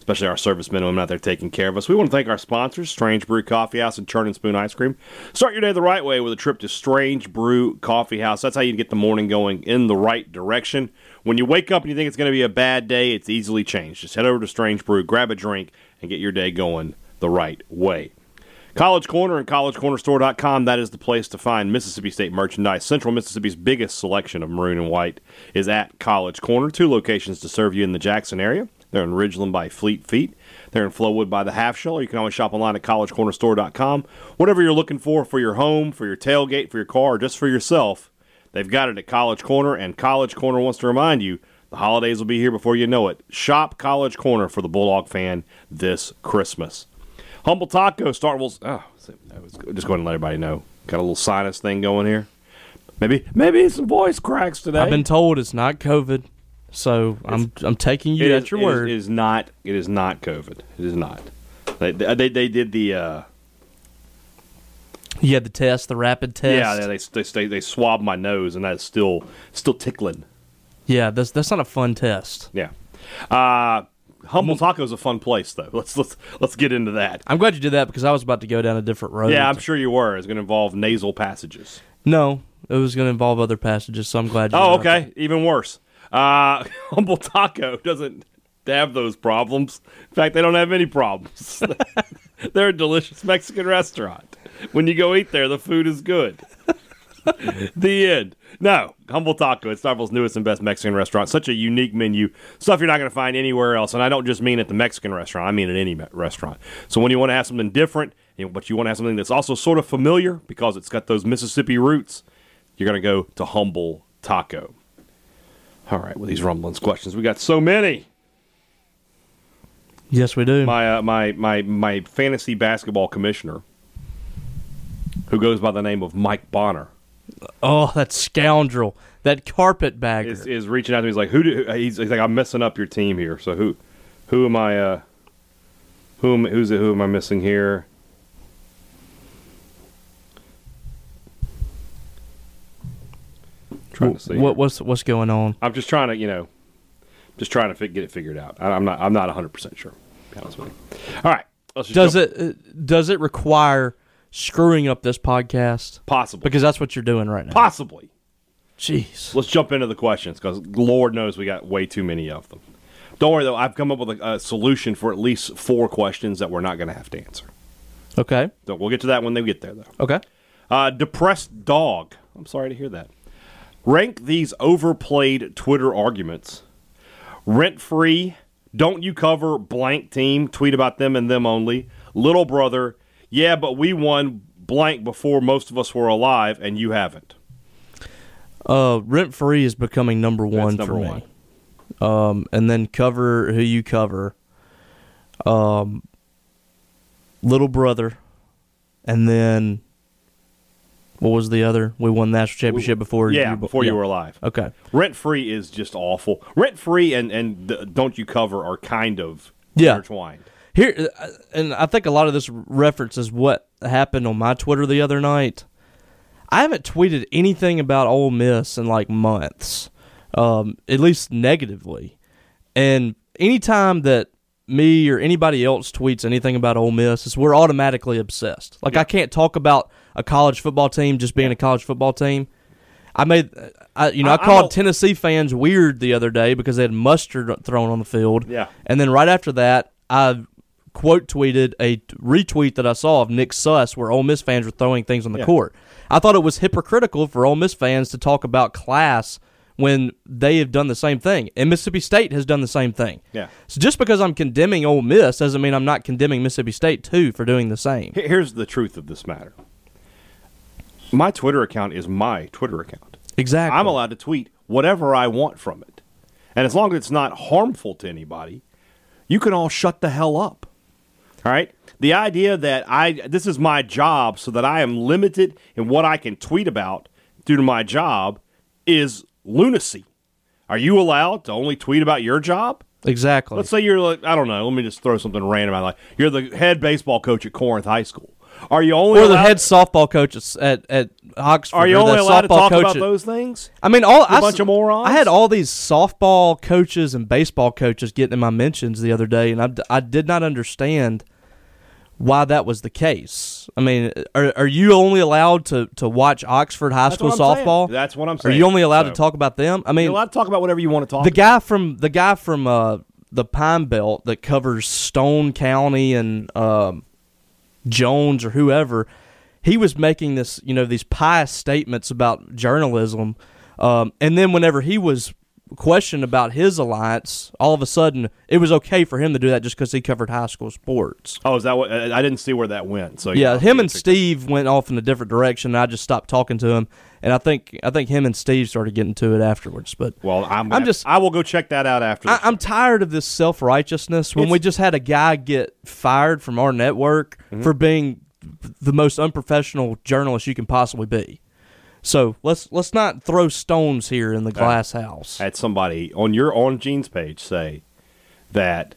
especially our servicemen and women out there taking care of us. We want to thank our sponsors, Strange Brew Coffee House and Churn and Spoon Ice Cream. Start your day the right way with a trip to Strange Brew Coffee House. That's how you get the morning going in the right direction. When you wake up and you think it's going to be a bad day, it's easily changed. Just head over to Strange Brew, grab a drink, and get your day going the right way. College Corner and collegecornerstore.com, that is the place to find Mississippi State merchandise. Central Mississippi's biggest selection of maroon and white is at College Corner. Two locations to serve you in the Jackson area. They're in Ridgeland by Fleet Feet. They're in Flowwood by the Half Shell. You can always shop online at collegecornerstore.com. Whatever you're looking for for your home, for your tailgate, for your car, or just for yourself, they've got it at College Corner. And College Corner wants to remind you the holidays will be here before you know it. Shop College Corner for the Bulldog fan this Christmas. Humble Taco, Star Wars. Oh, I was just going to let everybody know. Got a little sinus thing going here. Maybe, maybe some voice cracks today. I've been told it's not COVID, so I'm I'm taking you It at is- your it is- word. It is not. It is not COVID. It is not. They they, they did the uh, you had the test, the rapid test. yeah they they they, they swabbed my nose and that's still still tickling. Yeah, that's that's not a fun test. Yeah. Uh, Humble Taco's a fun place though. Let's let's let's get into that. I'm glad you did that because I was about to go down a different road. Yeah, I'm sure you were. It's going to involve nasal passages. no, it was going to involve other passages, so I'm glad. you Oh, did not. okay. Even worse. Uh, Humble Taco doesn't have those problems. In fact, they don't have any problems. They're a delicious Mexican restaurant. When you go eat there, the food is good. the end. No, Humble Taco. It's Starville's newest and best Mexican restaurant. Such a unique menu. Stuff you're not going to find anywhere else. And I don't just mean at the Mexican restaurant, I mean at any me- restaurant. So when you want to have something different, you know, but you want to have something that's also sort of familiar because it's got those Mississippi roots, you're going to go to Humble Taco. All right, with these rumblings questions, we got so many. Yes, we do. My uh, my my my fantasy basketball commissioner, who goes by the name of Mike Bonner, oh, that scoundrel, that carpetbagger. is, is reaching out to me. He's like, "Who do?" He's, he's like, "I'm messing up your team here. So who, who am I? Uh, who am who's it, who am I missing here?" Trying to see. what what's what's going on? I'm just trying to, you know, just trying to fi- get it figured out. I, I'm not. I'm not 100 percent sure. to be honest with you. All right. Let's just Does jump- it uh, does it require screwing up this podcast? possibly? Because that's what you're doing right now. possibly. Jeez. Let's jump into the questions because Lord knows we got way too many of them. Don't worry though. I've come up with a, a solution for at least four questions that we're not going to have to answer. Okay. So we'll get to that when they get there though. Okay. Uh, depressed dog. I'm sorry to hear that. Rank these overplayed Twitter arguments. Rent free. Don't you cover blank team? Tweet about them and them only. Little brother. Yeah, but we won blank before most of us were alive, and you haven't. Uh, rent free is becoming number That's one number for me. one. Um, and then cover who you cover. Um, little brother, and then what was the other? We won national championship before. Yeah, you, before you yeah. were alive. Okay. Rent free is just awful. Rent free and and the, don't you cover are kind of Yeah. intertwined. Here, uh, and I think a lot of this references what happened on my Twitter the other night. I haven't tweeted anything about Ole Miss in like months, um, at least negatively. And anytime that me or anybody else tweets anything about Ole Miss, is we're automatically obsessed. Like I can't talk about a college football team just being a college football team. I made, I, you know, I, I- I'm called a- Tennessee fans weird the other day because they had mustard thrown on the field. Yeah. And then right after that, I quote tweeted a retweet that I saw of Nick Suss where Ole Miss fans were throwing things on the court. I thought it was hypocritical for Ole Miss fans to talk about class when they have done the same thing. And Mississippi State has done the same thing. Yeah. So just because I'm condemning Ole Miss doesn't mean I'm not condemning Mississippi State too for doing the same. Here- Here's the truth of this matter. My Twitter account is my Twitter account. Exactly. I'm allowed to tweet whatever I want from it. And as long as it's not harmful to anybody, you can all shut the hell up. All right? The idea that I this is my job so that I am limited in what I can tweet about due to my job is lunacy. Are you allowed to only tweet about your job? exactly. Let's say you're like I don't know. Let me just throw something random out. Like you're the head baseball coach at Corinth High School. Are you only or the allowed, head softball coach at- at at Oxford. Are you or only the allowed to softball talk coach about at- those things? I mean, all I, bunch s- of morons? I had all these softball coaches and baseball coaches getting in my mentions the other day, and I, d- I did not understand why that was the case. I mean, are, are you only allowed to, to watch Oxford high That's school what I'm saying. softball? That's what I'm Are saying. you only allowed So- to talk about them? I mean, You're allowed to talk about whatever you want to talk. the about. guy from the guy from uh, the Pine Belt that covers Stone County and um, Jones or whoever, he was making this you know these pious statements about journalism, um, and then whenever he was questioned about his alliance, all of a sudden it was okay for him to do that just because he covered high school sports. Oh, is that what? I I didn't see where that went. So Yeah, Oh, I'll him get and a picture. Steve went off in a different direction. And I just stopped talking to him, and I think I think him and Steve started getting to it afterwards. But Well, I'm, I'm just I will go check that out after. I, this. I'm tired of this self righteousness. When we just had a guy get fired from our network Mm-hmm. for being the most unprofessional journalist you can possibly be. So let's let's not throw stones here in the glass house. had somebody on your on Gene's page say that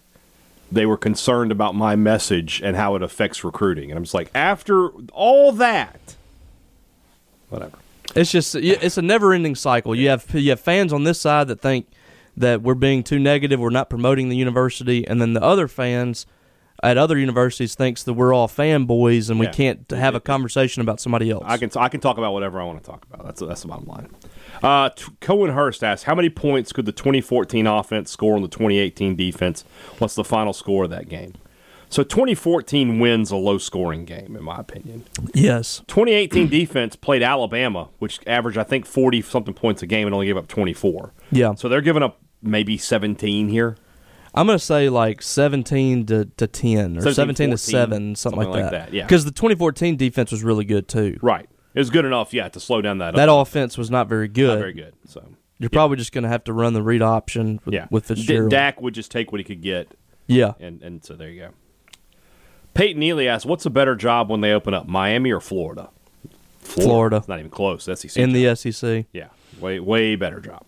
they were concerned about my message and how it affects recruiting, and I'm just like, after all that, whatever. It's just y- it's a never ending cycle. You have you have fans on this side that think that we're being too negative, we're not promoting the university, and then the other fans at other universities thinks that we're all fanboys and we Yeah. can't have a conversation about somebody else. I can I can talk about whatever I want to talk about. That's that's the bottom line. Uh, t- Cohen Hurst asks, how many points could the 2014 offense score on the 2018 defense? What's the final score of that game? So 2014 wins a low scoring game, in my opinion. yes. 2018 defense played Alabama, which averaged I think 40 something points a game and only gave up 24. Yeah. So they're giving up maybe 17 here. I'm gonna say like 17 to, to 10 or 17, 17, to 7, something, something like like that. that, yeah. because the 2014 defense was really good too. Right. It was good enough, yeah, to slow down that. That up. offense was not very good. Not very good. So You're probably just gonna have to run the read option with, yeah, with D- Fitzgerald. Dak would just take what he could get yeah, and and so there you go. Peyton Neely asks, "What's a better job when they open up, Miami or Florida?" Florida. It's not even close. SEC. in job. the uh, E SEC. yeah, way way better job.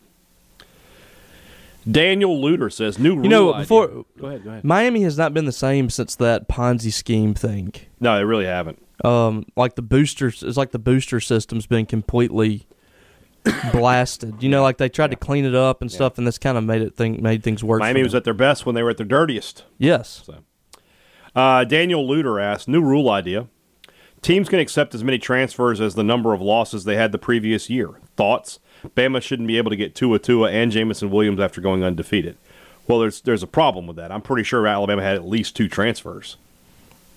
Daniel Luter says, "New rule." You know, idea." before go ahead, go ahead. Miami has not been the same since that Ponzi scheme thing. No, they really haven't. Um, like the boosters, it's like the booster system's been completely blasted. You know, like they tried to clean it up and stuff, and this kind of made it thing made things worse. for Miami was them. at their best when they were at their dirtiest. yes. So, uh, Daniel Luter asks, "New rule idea: Teams can accept as many transfers as the number of losses they had the previous year. Thoughts? Bama shouldn't be able to get Tua Tua and Jamison Williams after going undefeated. Well, there's there's a problem with that. I'm pretty sure Alabama had at least two transfers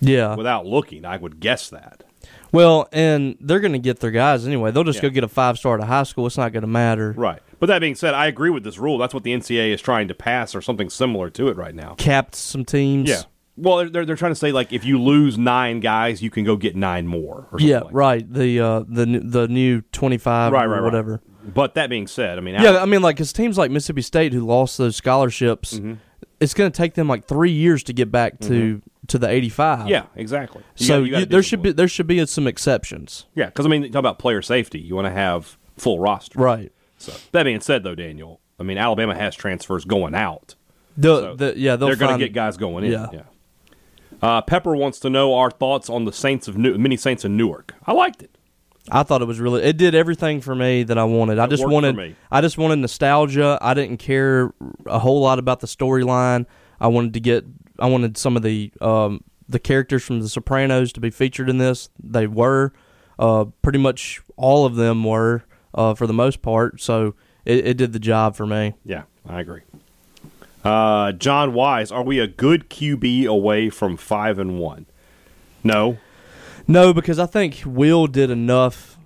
Yeah. without looking. I would guess that. Well, and they're going to get their guys anyway. They'll just Yeah. go get a five star to high school. It's not going to matter. Right. But that being said, I agree with this rule. That's what the NCAA is trying to pass, or something similar to it right now. Capped some teams. Yeah. Well, they're, they're trying to say like if you lose nine guys, you can go get nine more. Or something Yeah, like that. right. The uh, the n- the new twenty five, right, right, right. Um, whatever. But that being said, I mean, Yeah, I mean, like, because teams like Mississippi State who lost those scholarships, Mm-hmm. it's going to take them like three years to get back to to the eighty five. Mm-hmm. yeah, exactly. You So gotta- you gotta you, do there something should with be it. there should be some exceptions. yeah, because I mean, talk about player safety. You want to have full roster, Right. So that being said, though, Daniel, I mean, Alabama has transfers going out. The, So Uh, the, yeah, they'll they're going find- to get guys going in. Yeah. Yeah. Uh, Pepper wants to know our thoughts on the Saints of New- many Saints in Newark. I liked it. I thought it was really. It did everything for me that I wanted. I just worked for wanted. me. I just wanted nostalgia. I didn't care a whole lot about the storyline. I wanted to get. I wanted some of the um, the characters from The Sopranos to be featured in this. They were. Uh, pretty much all of them were, uh, for the most part. So it, it did the job for me. Yeah, I agree. Uh, John Wise, are we a good QB away from five and one? No. No, because I think Will did enough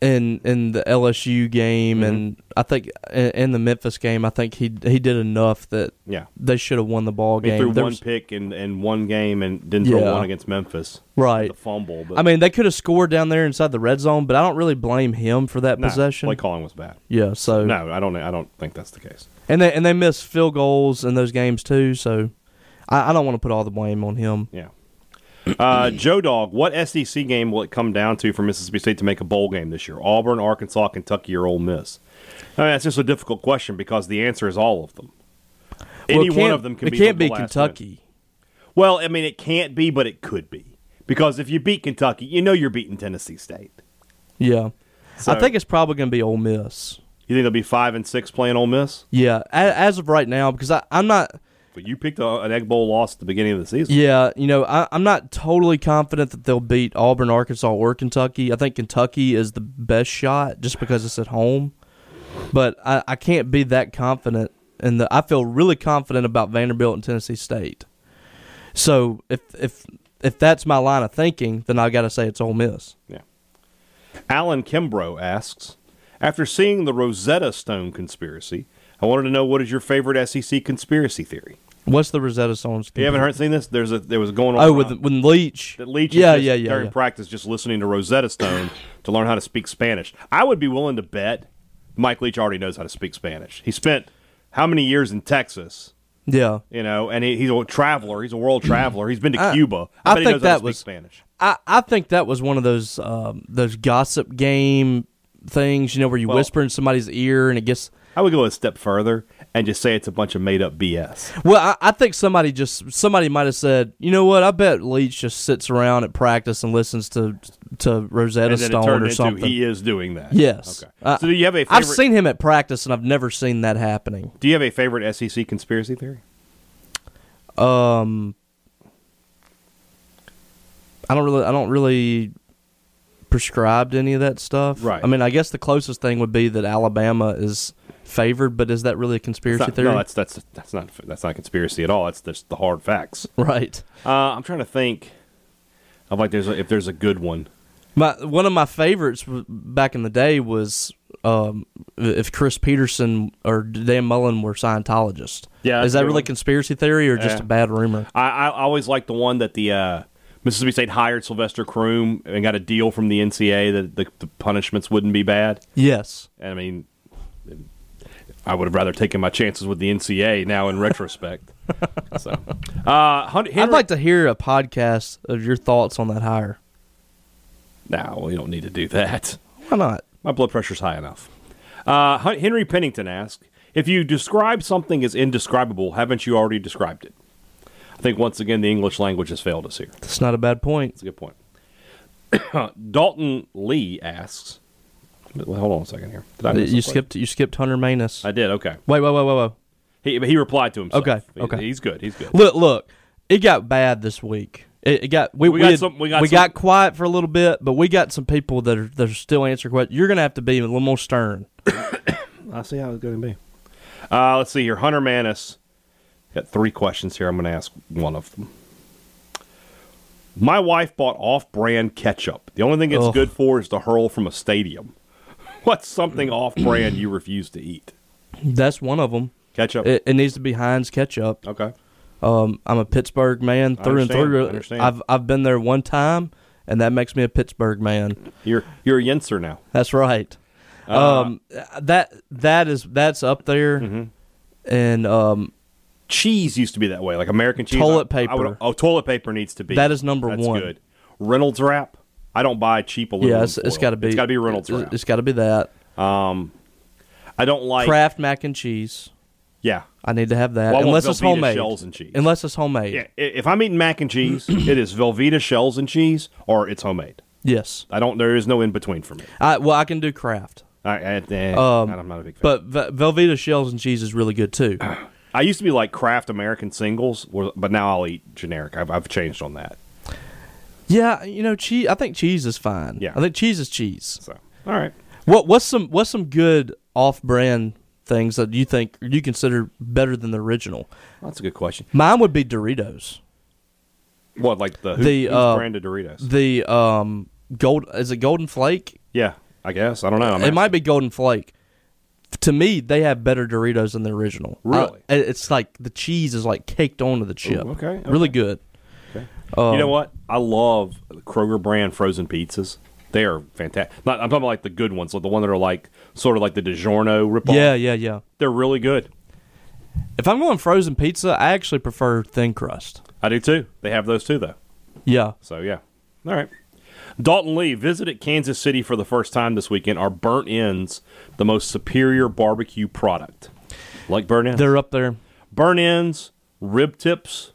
in in the LSU game, Mm-hmm. and I think in, in the Memphis game, I think he he did enough that Yeah. they should have won the ball He game. threw There one was- pick in, in one game and didn't throw Yeah. one against Memphis. Right. The fumble. But I mean, they could have scored down there inside the red zone, but I don't really blame him for that nah, possession. Play calling was bad. yeah, so No, I don't. I don't think that's the case. and they and they missed field goals in those games too. So I, I don't want to put all the blame on him. Yeah. Uh, Joe Dog, what SEC game will it come down to for Mississippi State to make a bowl game this year? Auburn, Arkansas, Kentucky, or Ole Miss? I mean, that's just a difficult question because the answer is all of them. Well, Any it one can't- of them can it be. can't the be last win. Kentucky. Well, I mean, it can't be, but it could be because if you beat Kentucky, you know you're beating Tennessee State. Yeah, So- I think it's probably going to be Ole Miss. You think they'll be five and six playing Ole Miss? Yeah, a- as of right now, because I, I'm not. But you picked a, an Egg Bowl loss at the beginning of the season. Yeah, you know, I, I'm not totally confident that they'll beat Auburn, Arkansas, or Kentucky. I think Kentucky is the best shot just because it's at home. But I, I can't be that confident, and the, I feel really confident about Vanderbilt and Tennessee State. So if if if that's my line of thinking, then I got to say it's Ole Miss. Yeah. Alan Kimbrough asks After seeing the Rosetta Stone conspiracy, I wanted to know what is your favorite SEC conspiracy theory? What's the Rosetta Stone's? You haven't heard seen this? There's a there was going on. Oh, with around when Leach. that Leach is Yeah, just yeah, yeah. during yeah. practice just listening to Rosetta Stone to learn how to speak Spanish. I would be willing to bet Mike Leach already knows how to speak Spanish. He spent how many years in Texas? yeah. You know, and he, he's a traveler. He's a world traveler. He's been to I- Cuba. I, I bet he think knows how to that speak was- Spanish. I, I think that was one of those um, those gossip game things, you know, where you Well- whisper in somebody's ear and it gets. I would go a step further and just say it's a bunch of made up BS. Well, I, I think somebody just somebody might have said, you know what? I bet Leach just sits around at practice and listens to to Rosetta and then it Stone turned or into something. he is doing that. yes. Okay. I- so do you have a favorite? I've seen him at practice, and I've never seen that happening. Do you have a favorite SEC conspiracy theory? Um, I don't really, I don't really prescribe to any of that stuff. Right. I mean, I guess the closest thing would be that Alabama is favored, but is that really a It's conspiracy not- theory? No, that's that's that's not that's not conspiracy at all. That's just the hard facts. right. Uh, I'm trying to think of like there's a, if there's a good one. My one of my favorites w- back in the day was um, if Chris Peterson or Dan Mullen were Scientologists. Yeah, that's is a that good really one. conspiracy theory or just Yeah. a bad rumor? I, I I always like the one that the uh, Mississippi State hired Sylvester Croom and got a deal from the NCAA that the, the punishments wouldn't be bad. Yes. And I mean, I would have rather taken my chances with the NCAA now in retrospect. so, uh, Hun- Henry, I'd like to hear a podcast of your thoughts on that hire. No, we don't need to do that. Why not? My blood pressure's high enough. Uh, Hun- Henry Pennington asks If you describe something as indescribable, haven't you already described it? I think once again the English language has failed us here. That's not a bad point. That's a good point. Dalton Lee asks Hold on a second here. Did I miss You something? skipped. You skipped Hunter Manus. I did, okay. Wait, wait, wait, wait, wait. He, he replied to himself. Okay, He- okay. He's good. He's good. Look, look. It got bad this week. It, it got. We, We got had- some- we got some- quiet for a little bit, but we got some people that are that are still answering questions. You're gonna have to be a little more stern. I see how it's going to be. Uh, let's see here. Hunter Manis got three questions here. I'm going to ask one of them. My wife bought off-brand ketchup. The only thing it's Ugh. good for is to hurl from a stadium. What's something off-brand you refuse to eat? That's one of them. Ketchup. It, it needs to be Heinz ketchup. okay. Um, I'm a Pittsburgh man through and understand, I through. understand. I've I've been there one time, and that makes me a Pittsburgh man. You're you're a Yenser now. That's right. Uh, um, that that is that's up there, Mm-hmm. and um, Cheese used to be that way, like American cheese. Toilet I- I would- paper. oh, toilet paper needs to be. That is number That's one. Good. Reynolds wrap. I don't buy cheap aluminum. yeah, it's, it's foil. got to be It's got to be Reynolds it's- wrap. it's got to be that. I don't like. Kraft mac and cheese. Yeah, I need to have that. Well, I want unless it's Velveeta homemade. shells and cheese. Unless it's homemade. Yeah, i- if I'm eating mac and cheese, it is Velveeta shells and cheese, or it's homemade. Yes. I don't. There is no in between for me. I well, I can do Kraft, I, I, eh, Um, I'm not a big fan. but Ve- Velveeta shells and cheese is really good too. I used to be like Kraft American singles, where- but now I'll eat generic. I've, I've changed on that. yeah, you know, cheese. I think cheese is fine. Yeah. I think cheese is cheese. So all right, What what's some what's some good off brand things that you think you consider better than the original? That's a good question. Mine would be Doritos. What like the who, The, who's uh, brand of Doritos? The um gold is it Golden Flake? yeah, I guess I don't know. I'm it asking. might be Golden Flake. To me, they have better Doritos than the original. Really? I- it's like the cheese is like caked onto the chip. okay, okay. Really good. you um, know what? I love Kroger brand frozen pizzas. They are fantastic. Not, I'm talking about like the good ones, like the one that are like sort of like the DiGiorno ripoff. Yeah, yeah, yeah. they're really good. If I'm going frozen pizza, I actually prefer thin crust. I do too. They have those too, though. Yeah. So yeah, all right. Dalton Lee visited Kansas City for the first time this weekend. Are burnt ends the most superior barbecue product? Like burnt ends, They're up there. burnt ends, rib tips.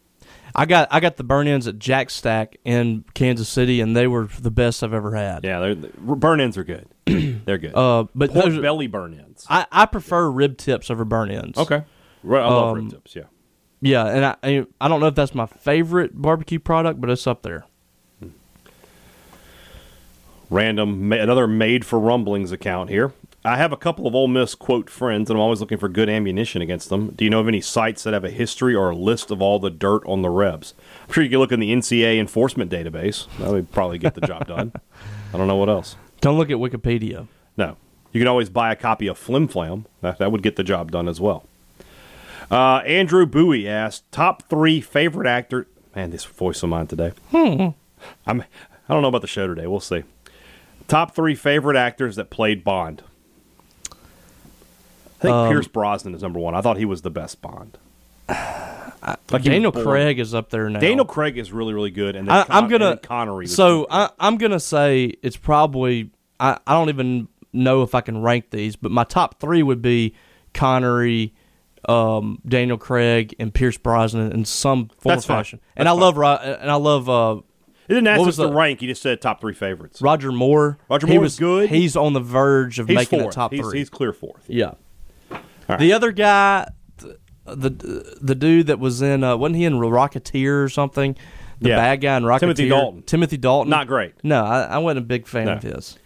I got I got the burn ends at Jack Stack in Kansas City, and they were the best I've ever had. Yeah, they're, burn ends are good. they're good. Uh, but Pork those, belly burn ends. I, I prefer rib tips over burn ends. okay, right. I love Um, rib tips. Yeah. Yeah, and I- I I don't know if that's my favorite barbecue product, but it's up there. Random, ma- another made for rumblings account here. I have a couple of Ole Miss quote friends, and I'm always looking for good ammunition against them. Do you know of any sites that have a history or a list of all the dirt on the Rebs? I'm sure you can look in the NCA enforcement database. That would probably get the job done. I don't know what else. Don't look at Wikipedia. No. You can always buy a copy of Flim Flam. That, that would get the job done as well. Uh, Andrew Bowie asked, top three favorite actor. Man, this voice of mine today. Hmm. I'm, I don't know about the show today. We'll see. Top three favorite actors that played Bond. I think Um, Pierce Brosnan is number one. I thought he was the best Bond. Like he was Daniel born- Craig is up there now. Daniel Craig is really, really good. And then I, Con- I'm gonna and then Connery. was So really good. I, I'm gonna say it's probably I, I don't even know if I can rank these, but my top three would be Connery, um, Daniel Craig, and Pierce Brosnan in some form That's or fine. fashion. And I, love, Ro- and I love uh, it didn't ask what us was to the- rank. He just said top three favorites. Roger Moore. Roger he Moore was is good. He's on the verge of He's making fourth. the top he's, three. he's clear fourth. yeah. right. The other guy, th- the the, dude that was in uh, wasn't he in Rocketeer or something? The Yeah. bad guy in Rocketeer. Timothy Dalton. Timothy Dalton. Not great. No, I, I wasn't a big fan No. of his.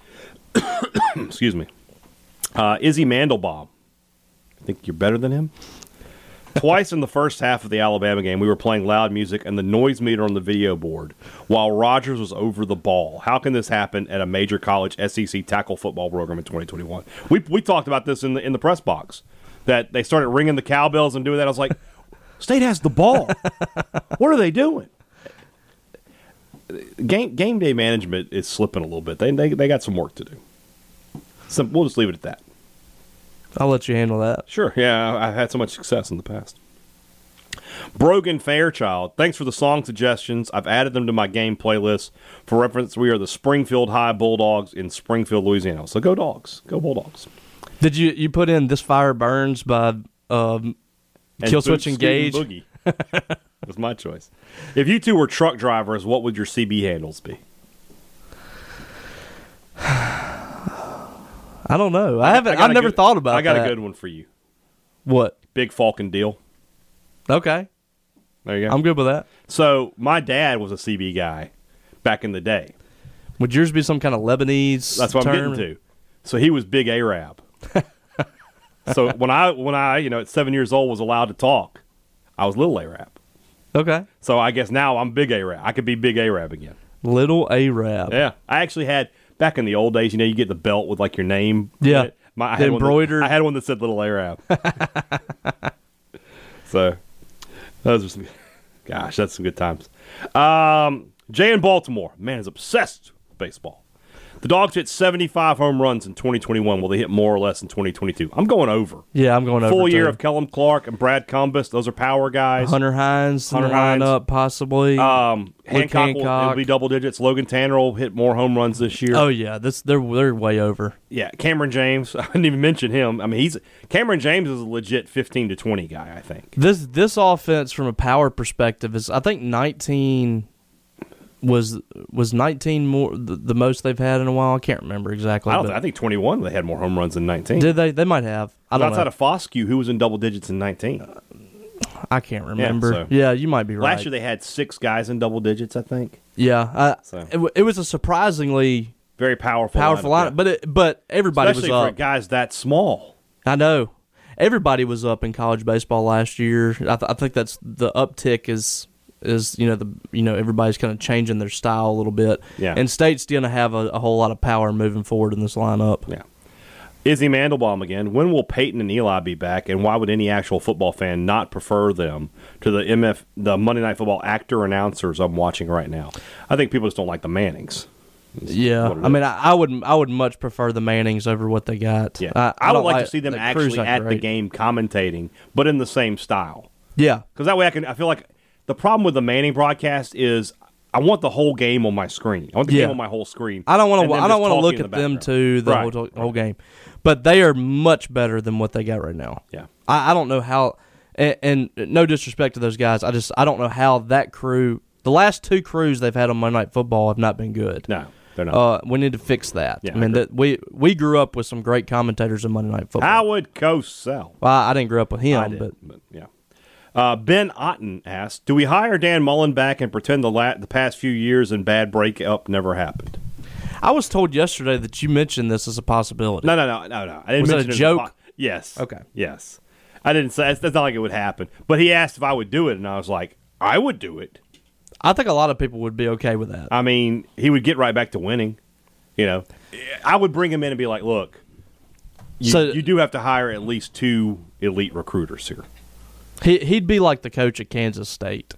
excuse me, uh, Izzy Mandelbaum. I think you're better than him. Twice in the first half of the Alabama game, we were playing loud music and the noise meter on the video board while Rogers was over the ball. How can this happen at a major college SEC tackle football program in 2021? We, we talked about this in the in the press box that they started ringing the cowbells and doing that. I was like, State has the ball. what are they doing? Game game day management is slipping a little bit. They they, they got some work to do. Some, we'll just leave it at that. I'll let you handle that. Sure. Yeah, I- I've had so much success in the past. Brogan Fairchild, thanks for the song suggestions. I've added them to my game playlist. For reference, we are the Springfield High Bulldogs in Springfield, Louisiana. So go dogs. Go Bulldogs. Did you you put in "This Fire Burns" by um, And Kill Bo- Switch Scootin' Engage? Boogie. That's my choice. If you two were truck drivers, what would your CB handles be? I don't know. I haven't. I got have a never good- thought about. I got that. a good one for you. What? Big Falcon deal. Okay, There you go. I'm good with that. so my dad was a CB guy back in the day. Would yours be some kind of Lebanese? That's what I'm term? getting to. So he was big Arab. so when I when I you know at seven years old was allowed to talk, I was little Arab. Okay, So I guess now I'm big Arab. I could be big Arab again. little Arab. Yeah, I actually had back in the old days. You know, you get the belt with like your name. in Yeah. it. my I The had one that- embroidered- I had one that said little Arab. so those are some. Gosh, that's some good times. Um, Jay in Baltimore, man is obsessed with baseball. The Dogs hit 75 home runs in 2021. Will they hit more or less in 2022? I'm going over. Yeah, I'm going over. Full year too. of Kellum Clark and Brad Cumbus. Those are power guys. Hunter Hines in Hunter the Hines. lineup, possibly. Um, Luke Hancock, will- Hancock. Will, be double digits. Logan Tanner will hit more home runs this year. oh yeah, this they're they're way over. Yeah, Cameron James. I didn't even mention him. I mean, he's Cameron James is a legit fifteen to twenty guy. I think. This this offense from a power perspective is I think 19 was was 19 more the, the most they've had in a while. I can't remember exactly. I don't. but- I think twenty one. They had more home runs than nineteen. did they they might have. I don't outside know. of Foscue, who was in double digits in nineteen. I can't remember. Yeah, so- you might be right. Last year they had six guys in double digits. I think. yeah, I, So. it, w- it was a surprisingly Very powerful. powerful lineup, lineup, yeah. but it, but everybody especially was for up. guys that small. I know. everybody was up in college baseball last year. I, th- I think that's the uptick is is you know the you know everybody's kind of changing their style a little bit. Yeah. And state's going to have a, a whole lot of power moving forward in this lineup. Yeah. Izzy Mandelbaum again. When will Peyton and Eli be back, and why would any actual football fan not prefer them to the MF the Monday Night Football actor announcers I'm watching right now? I think people just don't like the Mannings. Yeah, what it I mean, I, I would I would much prefer the Mannings over what they got. Yeah, I, I, would don't like, to see them the Crew's actually not at the great. game commentating, but in the same style. Yeah, Because that way I can. I feel like the problem with the Manning broadcast is I want the whole game on my screen. I want the Yeah. game on my whole screen. I don't want and to. them I just don't want to talking look in at the them background. to the Right. whole, whole game, but they are much better than what they got right now. Yeah. I, I don't know how, and, and no disrespect to those guys, I just I don't know how that crew, the last two crews they've had on Monday Night Football have not been good. No, they're not. Uh, we need to fix that. Yeah, I I mean agree. that we we grew up with some great commentators in Monday Night Football. Howard Cosell. well, I didn't grow up with I him, did, but but yeah. Uh, ben Otten asks, "Do we hire Dan Mullen back and pretend the la- the past few years and bad breakup never happened?" I was told yesterday that you mentioned this as a possibility. No, no, no, no, no. I didn't Was it a mention in the joke? po- yes. Okay. Yes. I didn't say that's that's not like it would happen. But he asked if I would do it, and I was like, I would do it. I think a lot of people would be okay with that. I mean, he would get right back to winning. You know, I would bring him in and be like, look, you, So- you do have to hire at least two elite recruiters here. He he'd be like the coach at Kansas State.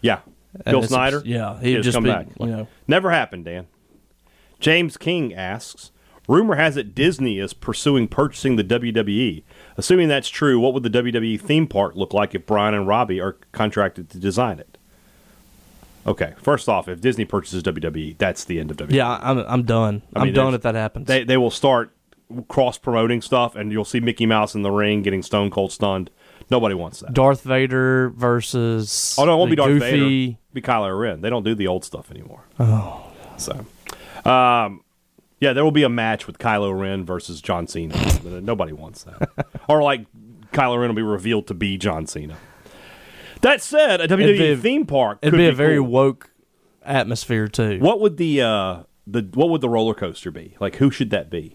Yeah. And Bill it's- Snyder? yeah, he'd has just come be- back. you know. Never happened, Dan. James King asks Rumor has it Disney is pursuing purchasing the WWE. Assuming that's true, what would the WWE theme park look like if Brian and Robbie are contracted to design it? Okay, first off, if Disney purchases WWE, that's the end of WWE. Yeah, I- I'm I'm done. I I mean, am done there's- if that happens. They they will start cross promoting stuff, and you'll see Mickey Mouse in the ring getting Stone Cold stunned. Nobody wants that. Darth Vader versus oh no, it won't the be Darth Goofy. Vader. It'll Be Kylo Ren. They don't do the old stuff anymore. Oh, so. Um, yeah, there will be a match with Kylo Ren versus John Cena. Nobody wants that. or like Kylo Ren will be revealed to be John Cena. That said, a WWE be a- theme park It'd could be a very cool. woke atmosphere too. What would the uh the what would the roller coaster be? Like who should that be?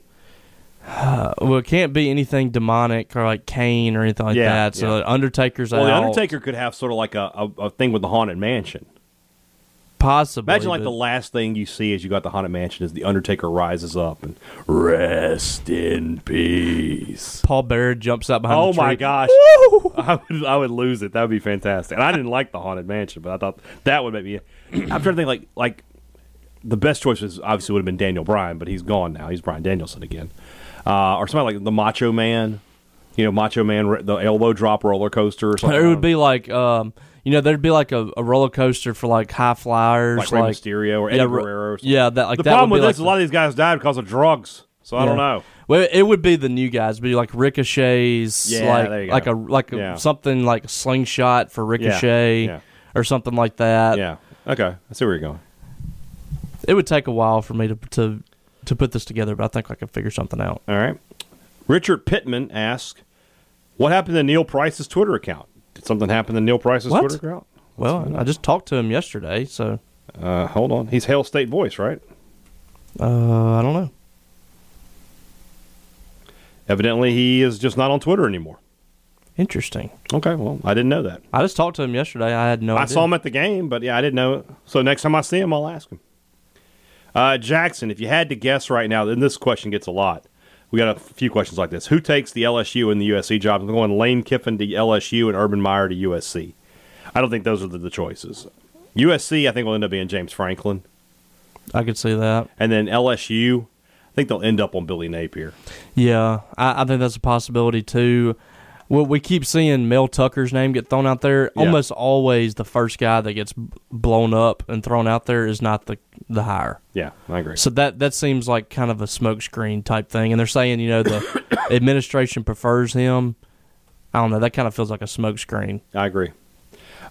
Well, it can't be anything demonic or like Kane or anything like Yeah, that. So yeah. like, Undertaker's Well, the out. Undertaker could have sort of like a, a, a thing with the haunted mansion. possibly. Imagine like but- the last thing you see as you go out the haunted mansion is the Undertaker rises up and rest in peace. Paul Bear jumps out behind. Oh the tree. my gosh, I would I would lose it. That would be fantastic. And I didn't like the haunted mansion, but I thought that would make me. I'm trying to think like like the best choice was obviously would have been Daniel Bryan, but he's gone now. He's Brian Danielson again, uh, or somebody like the Macho Man. You know, Macho Man, the elbow drop roller coaster or something. It would be like um, you know, there'd be like a, a roller coaster for like high flyers, like Rey Mysterio or Eddie yeah, Guerrero. Or something. yeah, that like the that problem would with be this is like a lot of these guys died because of drugs. So I don't Yeah. know. Well, it would be the new guys, be like ricochets, Yeah, like there you like go. a like a, Yeah. something like a slingshot for ricochet yeah. or something like that. Yeah. Okay. I see where you're going. It would take a while for me to to to put this together, but I think I can figure something out. All right. Richard Pittman asks, "What happened to Neil Price's Twitter account? Did something happen to Neil Price's What? Twitter account? Well, I just talked to him yesterday, so Uh, hold on. He's Hale State voice, right? uh, I don't know. Evidently, he is just not on Twitter anymore. Interesting. Okay. Well, I didn't know that. I just talked to him yesterday. I had no. I idea. saw him at the game, but yeah, I didn't know. it. So next time I see him, I'll ask him. Uh, Jackson, if you had to guess right now, then this question gets a lot. We got a few questions like this. Who takes the LSU and the USC job? I'm going Lane Kiffin to LSU and Urban Meyer to USC. I don't think those are the, the choices. USC, I think, will end up being James Franklin. I could see that. And then LSU, I think they'll end up on Billy Napier. Yeah, I, I think that's a possibility too. Well, we keep seeing Mel Tucker's name get thrown out there. Yeah. Almost always, the first guy that gets b- blown up and thrown out there is not the the hire. Yeah, I agree. So that that seems like kind of a smokescreen type thing. And they're saying you know the administration prefers him. I don't know. That kind of feels like a smokescreen. I agree.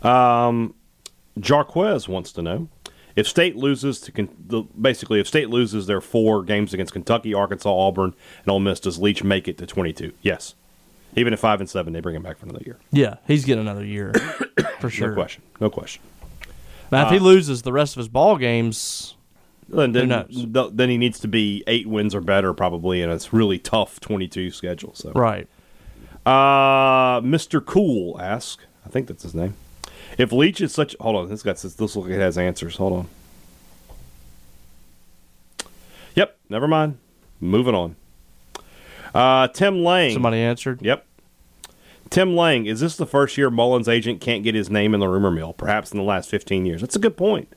Um, Jarquez wants to know if State loses to Ken- the, basically if State loses their four games against Kentucky, Arkansas, Auburn, and Ole Miss, does Leach make it to twenty-two? Yes, even at five and seven, they bring him back for another year. Yeah, he's getting another year for sure. No question. Uh, No question. Now, if he loses the rest of his ball games, Then, then, knows? th- then he needs to be eight wins or better, probably, and it's really tough twenty-two schedule. So right? Uh, Mr. Cool asks, I think that's his name. If Leach is such, hold on, this guy says this look it has answers. Hold on. Yep, never mind. Moving on. Uh, Tim Lang. Somebody answered. Yep. Tim Lang, is this the first year Mullins' agent can't get his name in the rumor mill? Perhaps in the last 15 years. That's a good point.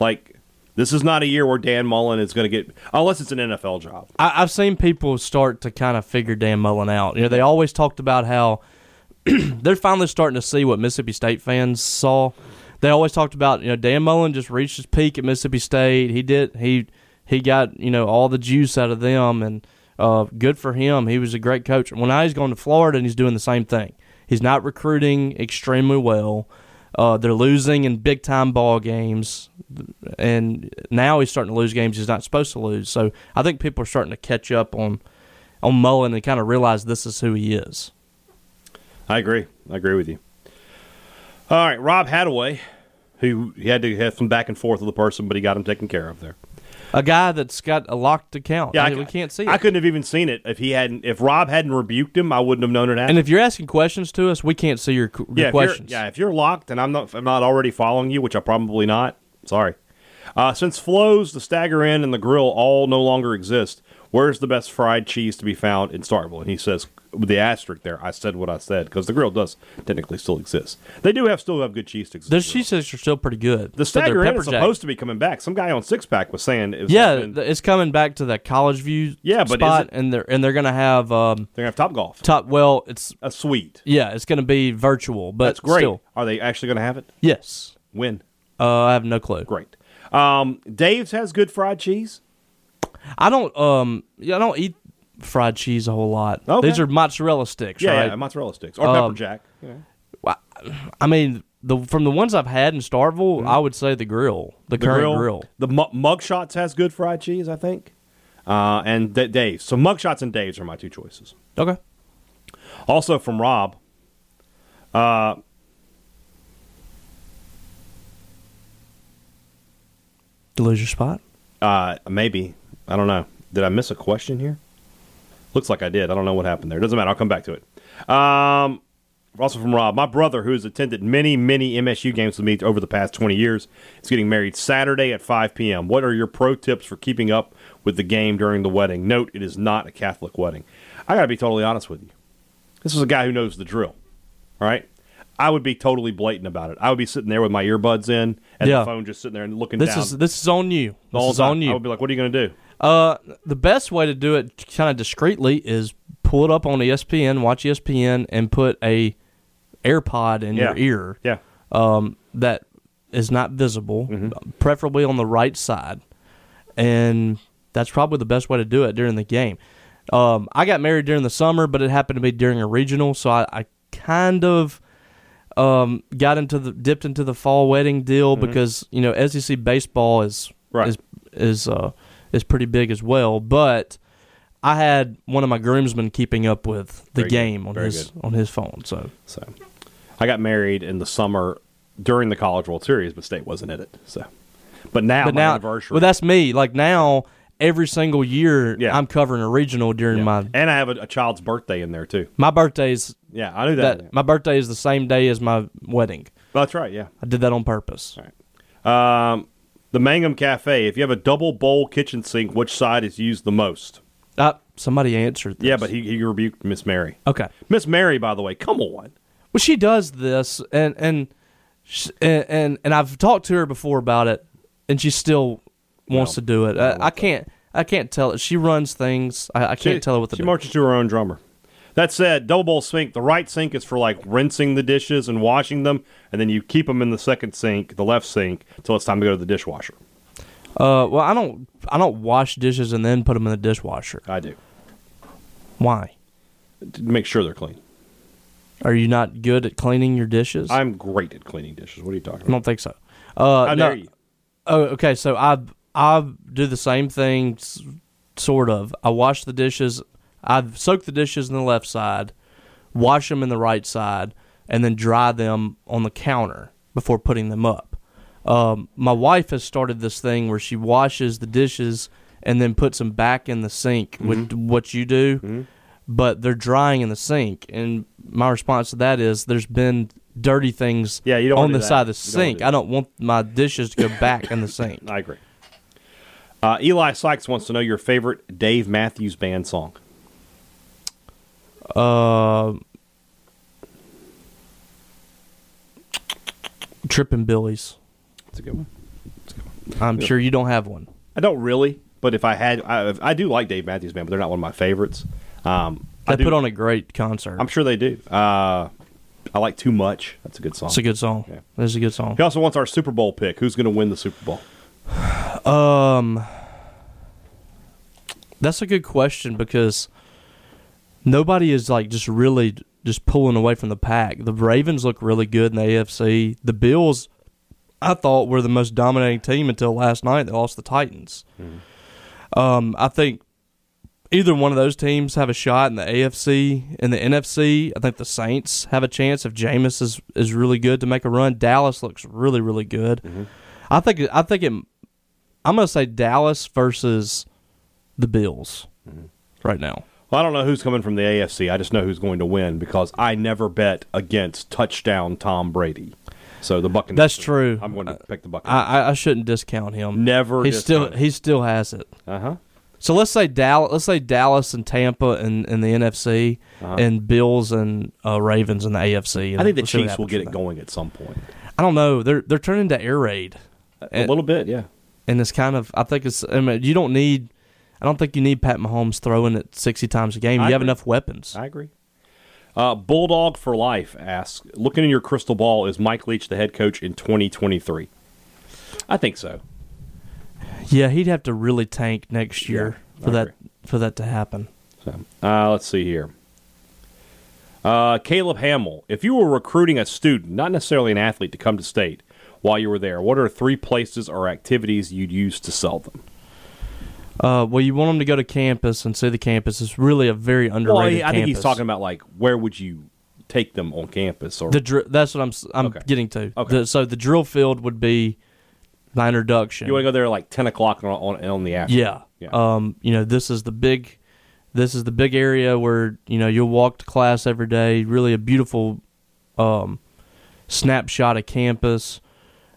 Like, this is not a year where Dan Mullen is going to get, unless it's an NFL job. I, I've seen people start to kind of figure Dan Mullen out. You know, they always talked about how they're finally starting to see what Mississippi State fans saw. They always talked about you know Dan Mullen just reached his peak at Mississippi State. He did he he got you know all the juice out of them, and uh, good for him. He was a great coach. Well, now he's going to Florida and he's doing the same thing. He's not recruiting extremely well. Uh, they're losing in big time ball games, and now he's starting to lose games he's not supposed to lose. So I think people are starting to catch up on on Mullen and kind of realize this is who he is. I agree. I agree with you. All right, Rob Hadaway, who he had to have some back and forth with the person, but he got him taken care of there. A guy that's got a locked account. Yeah, I, we can't see. It. I couldn't have even seen it if he hadn't. If Rob hadn't rebuked him, I wouldn't have known it happened. And if you're asking questions to us, we can't see your, your yeah, if questions. you're- yeah, if you're locked and I'm not, if I'm not already following you, which I'm probably not. Sorry. Uh, since flows, the stagger end, and the grill all no longer exist, where's the best fried cheese to be found in Starkville? And he says with the asterisk there, I said what I said because the grill does technically still exist. They do have still have good cheese sticks. at Their the grill. cheese sticks are still pretty good. the stagger end is supposed to be coming back. Some guy on six pack was saying, it was Yeah, been- th- it's coming back to that College View Yeah, but is spot, it- and they're and they're gonna have um, they're gonna have Top Golf, top. Well, it's a suite. yeah, it's gonna be virtual, but That's great. Still, Are they actually gonna have it? yes, When? uh, I have no clue. Great. Um, Dave's has good fried cheese. I don't um yeah, I don't eat fried cheese a whole lot. Okay. These are mozzarella sticks, Yeah, right? yeah, mozzarella sticks or Um, pepper jack. Yeah. I mean, the from the ones I've had in Starville, I would say the grill, the, current grill. Hmm? The mu- Mugshots has good fried cheese, I think. Uh, and D- Dave's. So Mugshots and Dave's are my two choices. Okay. Also from Rob. Uh, You lose your spot. uh, maybe. I don't know. Did I miss a question here? Looks like I did. I don't know what happened there. Doesn't matter. I'll come back to it. Um, also from Rob, my brother, who has attended many, many MSU games with me over the past 20 years, is getting married Saturday at 5 p.m. What are your pro tips for keeping up with the game during the wedding? Note, it is not a Catholic wedding. I got to be totally honest with you. This is a guy who knows the drill. All right. I would be totally blatant about it. I would be sitting there with my earbuds in and Yeah. the phone just sitting there and looking This down. is this is on you. the This whole is time. on I you. would be like, what are you going to do? Uh, the best way to do it, kind of discreetly, is pull it up on E ESPN, watch ESPN, and put a AirPod in Yeah. your ear. Yeah. um, that is not visible, Mm-hmm. preferably on the right side, and that's probably the best way to do it during the game. Um, I got married during the summer, but it happened to be during a regional, so I, I kind of um, got into the dipped into the fall wedding deal because you know SEC baseball is Mm-hmm. Right. is is uh, is pretty big as well, but. I had one of my groomsmen keeping up with the Very good. game on Very his good. on his phone. So So I got married in the summer during the College World Series, but State wasn't in it. So, but now but my now, anniversary. well, that's me. Like now, every single year, Yeah. I'm covering a regional during Yeah. my and I have a, a child's birthday in there too. my birthdays. Yeah, I knew that. That my birthday is the same day as my wedding. That's right. Yeah. I did that on purpose. Um, the Mangum Cafe. If you have a double bowl kitchen sink, which side is used the most? Uh, somebody answered. This. Yeah, but he, he rebuked Miss Mary. okay. Miss Mary, by the way, come on. Well, she does this, and and sh- and and, and I've talked to her before about it, and she still wants to do it. I, I can't. I can't tell it. She runs things. I, I can't tell her what to She do. marches to her own drummer. That said, double bowl sink, the right sink is for like rinsing the dishes and washing them, and then you keep them in the second sink, the left sink, till it's time to go to the dishwasher. uh, well, I don't. I don't wash dishes and then put them in the dishwasher. I do. Why? To make sure they're clean. Are you not good at cleaning your dishes? I'm great at cleaning dishes. What are you talking I about? don't think so. Uh, How no. dare you? Oh, okay. So I I do the same thing, s- sort of. I wash the dishes. I soak the dishes in the left side, wash them in the right side, and then dry them on the counter before putting them up. Um, my wife has started this thing where she Mm-hmm. washes the dishes and then puts them back in the sink with what you do. but they're drying in the sink. And my response to that is there's been dirty things Yeah, you don't on wanna the do that. side of the You don't wanna sink. do I don't want my dishes to go back in the sink. I agree. Uh, Eli Sykes wants to know your favorite Dave Matthews Band song. Uh, Trippin' Billies. That's a good one. I'm sure you don't have one. I don't really, but if I had, I, I do like Dave Matthews Band, but they're not one of my favorites. Um, They I do, put on a great concert. I'm sure they do. Uh, I like Too Much. That's a good song. it's a good song. Yeah. It's a good song. he also wants our Super Bowl pick. Who's going to win the Super Bowl? Um, that's a good question because nobody is like just really just pulling away from the pack. The Ravens look really good in the AFC. The Bills, I thought, were the most dominating team until last night. They lost the Titans. Um, I think either one of those teams have a shot in the AFC and the NFC. I think the Saints have a chance if Jameis is is really good to make a run. Dallas looks really really good. I think I think it. I'm gonna say Dallas versus the Bills Mm-hmm. right now. Well, I don't know who's coming from the AFC. I just know who's going to win because I never bet against touchdown Tom Brady. So the Buccaneers. That's true. I'm going to pick the Buccaneers. I, I, I shouldn't discount him. Never He still discount him. he still has it. Uh huh. So let's say Dallas. Let's say Dallas and Tampa and, and the NFC and Bills and uh, Ravens and the AFC. Uh-huh. I think the Let's see what Chiefs will happens get from it going at some point. there. I don't know. They're they're turning to air raid, A little bit, yeah. and it's kind of. I think it's. I mean, you don't need. I don't think you need Pat Mahomes throwing it sixty times a game. I you have agree. enough weapons. I agree. Uh, Bulldog for Life asks, looking in your crystal ball, is Mike Leach the head coach in 2023? I think so. yeah, he'd have to really tank next year Yeah, for I that agree. for that to happen. So, uh, let's see here. Uh, Caleb Hamill, if you were recruiting a student, not necessarily an athlete, to come to state while you were there, what are three places or activities you'd use to sell them? Uh, well, you want them to go to campus and see the campus. It's really a very underrated. Well, I think he's campus. talking about like where would you take them on campus or the dr- That's what I'm s- I'm Okay. getting to. Okay. The- so the drill field would be my introduction. you want to go there at like 10 o'clock on, on, on the afternoon? yeah. Yeah. Um, you know, this is the big, this is the big area where you know you'll walk to class every day. Really, a beautiful, um, snapshot of campus.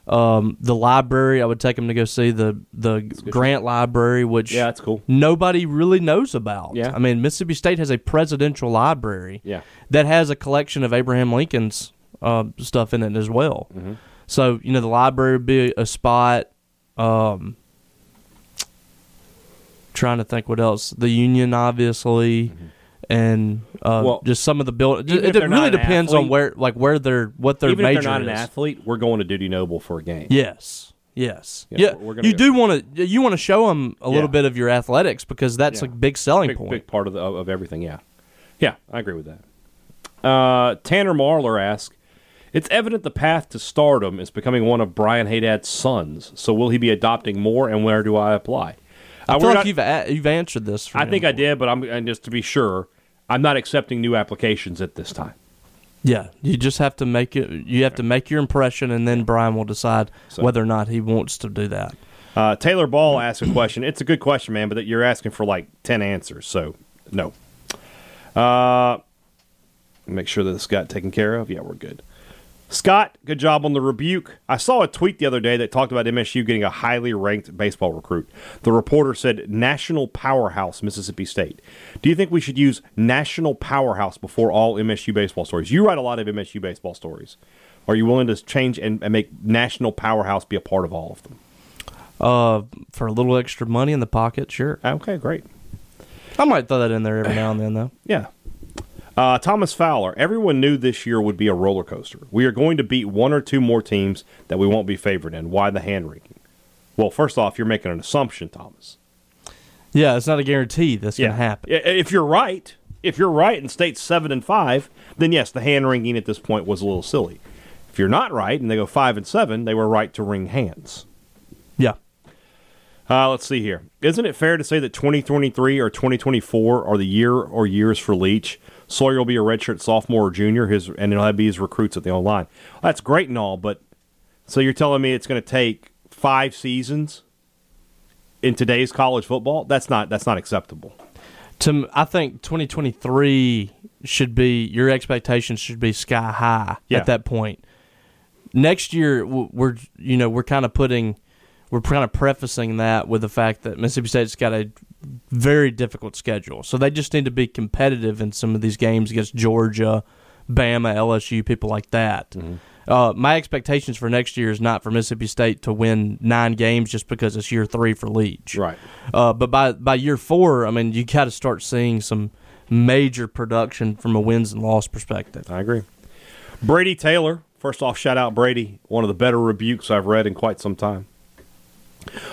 Um, the library. I would take them to go see the the Grant Library, which yeah, that's cool. nobody really knows about. Yeah. I mean, Mississippi State has a presidential library Yeah. that has a collection of Abraham Lincoln's uh, stuff in it as well. Mm-hmm. So, you know, the library would be a spot. Um, trying to think what else. The Union, obviously. And uh, Mm-hmm. Well, just some of the build. even if It, they're not really an depends on athlete- where, like, where they're, what their Even major if they're not an is. athlete, we're going to Duty Noble for a game. Yes. Yes. Yeah, Yeah. we're- we're gonna you go- do want to you want to show them a Yeah. little bit of your athletics because that's Yeah. a big selling big, point. big part of the, of everything. Yeah, yeah, I agree with that. Uh, Tanner Marlar asks, "It's evident the path to stardom is becoming one of Brian Haydad's sons. So will he be adopting more, and where do I apply?" Uh, I we're feel like not- you've a- you've answered this. For I him. think I did, but I'm and just to be sure, I'm not accepting new applications at this time. Yeah, you just have to make it. You have to make your impression, and then Brian will decide So- whether or not he wants to do that. Uh, Taylor Ball asked a question. It's a good question, man, but that you're asking for like 10 answers, so no. Uh, make sure that this got taken care of. Yeah, we're good. Scott, good job on the rebuke. I saw a tweet the other day that talked about MSU getting a highly ranked baseball recruit. The reporter said, National Powerhouse, Mississippi State. Do you think we should use National Powerhouse before all MSU baseball stories? You write a lot of MSU baseball stories. Are you willing to change and, and make National Powerhouse be a part of all of them? Uh, for a little extra money in the pocket, sure. Okay, great. I might throw that in there every now and then, though. Yeah. Uh, Thomas Fowler. Everyone knew this year would be a roller coaster. We are going to beat one or two more teams that we won't be favored in. Why the hand wringing? Well, first off, you're making an assumption, Thomas. Yeah, it's not a guarantee that's going to happen. I- If you're right, if you're right and state's seven and five, then yes, the hand wringing at this point was a little silly. If you're not right and they go five and seven, they were right to wring hands. Yeah, Uh, let's see here. Isn't it fair to say that 2023 or 2024 are the year or years for Leach? Sawyer will be a redshirt sophomore or junior, his, and he'll be his recruits at the online. That's great and all, but so you're telling me it's going to take five seasons in today's college football? That's not that's not acceptable. to I think 2023 should be your expectations should be sky high Yeah. at that point. Next year w- we're you know we're kind of putting we're kind of prefacing that with the fact that Mississippi State's got a very difficult schedule. So they just need to be competitive in some of these games against Georgia, Bama, LSU, people like that. Uh, my expectations for next year is not for Mississippi State to win nine games just because it's year three for Leach. Right. Uh, but by by year four, I mean you got to start seeing some major production from a wins and loss perspective. I agree. Brady Taylor. First off, shout out Brady. One of the better rebukes I've read in quite some time.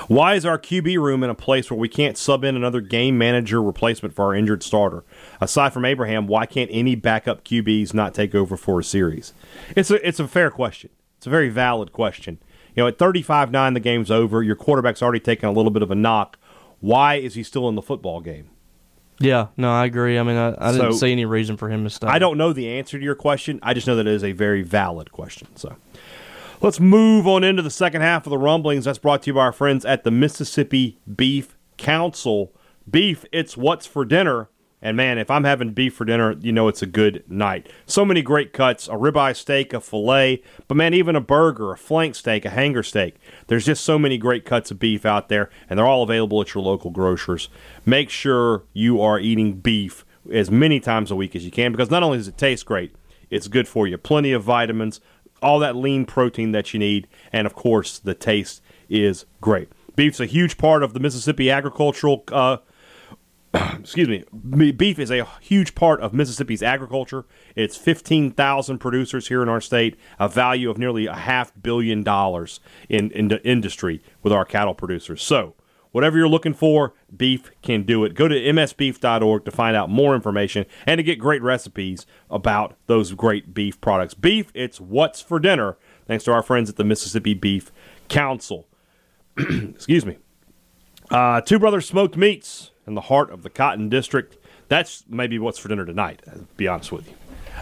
Why is our QB room in a place where we can't sub in another game manager replacement for our injured starter? Aside from Abraham, why can't any backup QBs not take over for a series? It's a it's a fair question. It's a very valid question. You know, at 35-9 the game's over. Your quarterback's already taken a little bit of a knock. Why is he still in the football game? Yeah, no, I agree. I mean, I, I didn't So- see any reason for him to stay. I don't know the answer to your question. I just know that it is a very valid question. So let's move on into the second half of the rumblings. That's brought to you by our friends at the Mississippi Beef Council. Beef, it's what's for dinner. And man, if I'm having beef for dinner, you know it's a good night. So many great cuts a ribeye steak, a filet, but man, even a burger, a flank steak, a hanger steak. There's just so many great cuts of beef out there, and they're all available at your local grocers. Make sure you are eating beef as many times a week as you can because not only does it taste great, it's good for you. Plenty of vitamins, all that lean protein that you need, and of course, the taste is great. Beef's a huge part of the Mississippi agricultural. Uh, excuse me. me- Beef is a huge part of Mississippi's agriculture. It's 15,000 producers here in our state, a value of nearly a half billion dollars in, in the industry with our cattle producers. So, whatever you're looking for, beef can do it. Go to msbeef.org to find out more information and to get great recipes about those great beef products. Beef, it's what's for dinner, thanks to our friends at the Mississippi Beef Council. excuse me. Uh, Two Brothers Smoked Meats in the heart of the Cotton District. That's maybe what's for dinner tonight, uh, to be honest with you.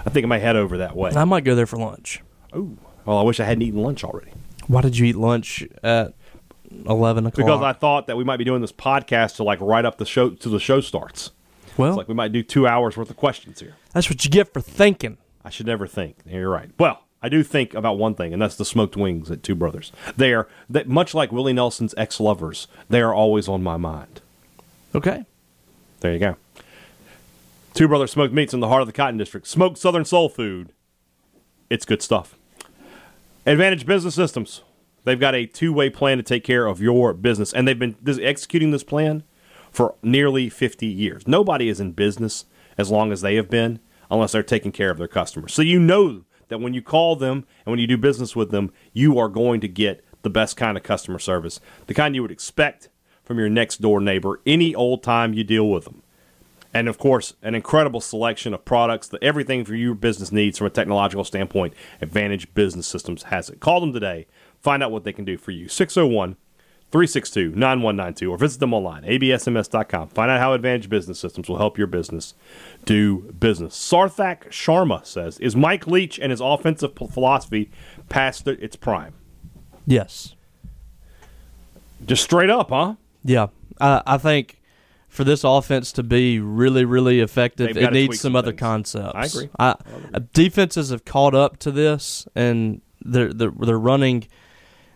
I think I may head over that way. I might go there for lunch. Ooh. Well, I wish I hadn't eaten lunch already Why did you eat lunch at eleven o'clock? because I thought that we might be doing this podcast to like write up the show till the show starts. well, It's like we might do two hours worth of questions here. that's what you get for thinking. I should never think. Yeah, You're right. Well, I do think about one thing, and that's the smoked wings at Two Brothers. They are that much like Willie Nelson's ex-lovers. They are always on my mind. Okay. There you go. Two Brothers Smoked Meats in the heart of the Cotton District. Smoked Southern Soul Food. It's good stuff. Advantage Business Systems. They've got a two way plan to take care of your business, and they've been this, executing this plan for nearly 50 years. Nobody is in business as long as they have been unless they're taking care of their customers. So you know that when you call them and when you do business with them, you are going to get the best kind of customer service, the kind you would expect from your next door neighbor any old time you deal with them. And of course, an incredible selection of products, that everything for your business needs from a technological standpoint, Advantage Business Systems has it. Call them today, find out what they can do for you. 601 362 9192 or visit them online, absms.com. Find out how Advantage Business Systems will help your business do business. Sarthak Sharma says, Is Mike Leach and his offensive p- philosophy past the, its prime? Yes. Just straight up, huh? Yeah, I, I think for this offense to be really, really effective, They've it gotta needs tweak some some other things. concepts. I agree. uh, defenses have caught up to this, and they're they're, they're running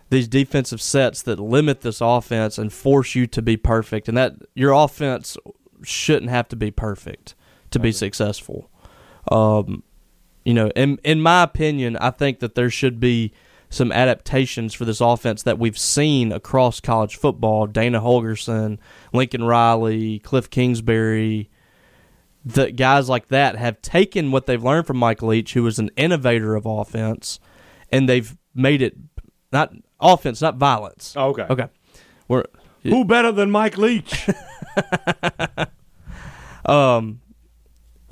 these defensive sets that limit this offense and force you to be perfect, and that your offense shouldn't have to be perfect to be successful. Um, you know, in in my opinion, I think that there should be some adaptations for this offense that we've seen across college football. Dana Holgerson, Lincoln Riley, Cliff Kingsbury, that guys like that have taken what they've learned from Mike Leach, who was an innovator of offense, and they've made it not offense, not violence. Oh, Okay. Okay, we're Who better than Mike Leach?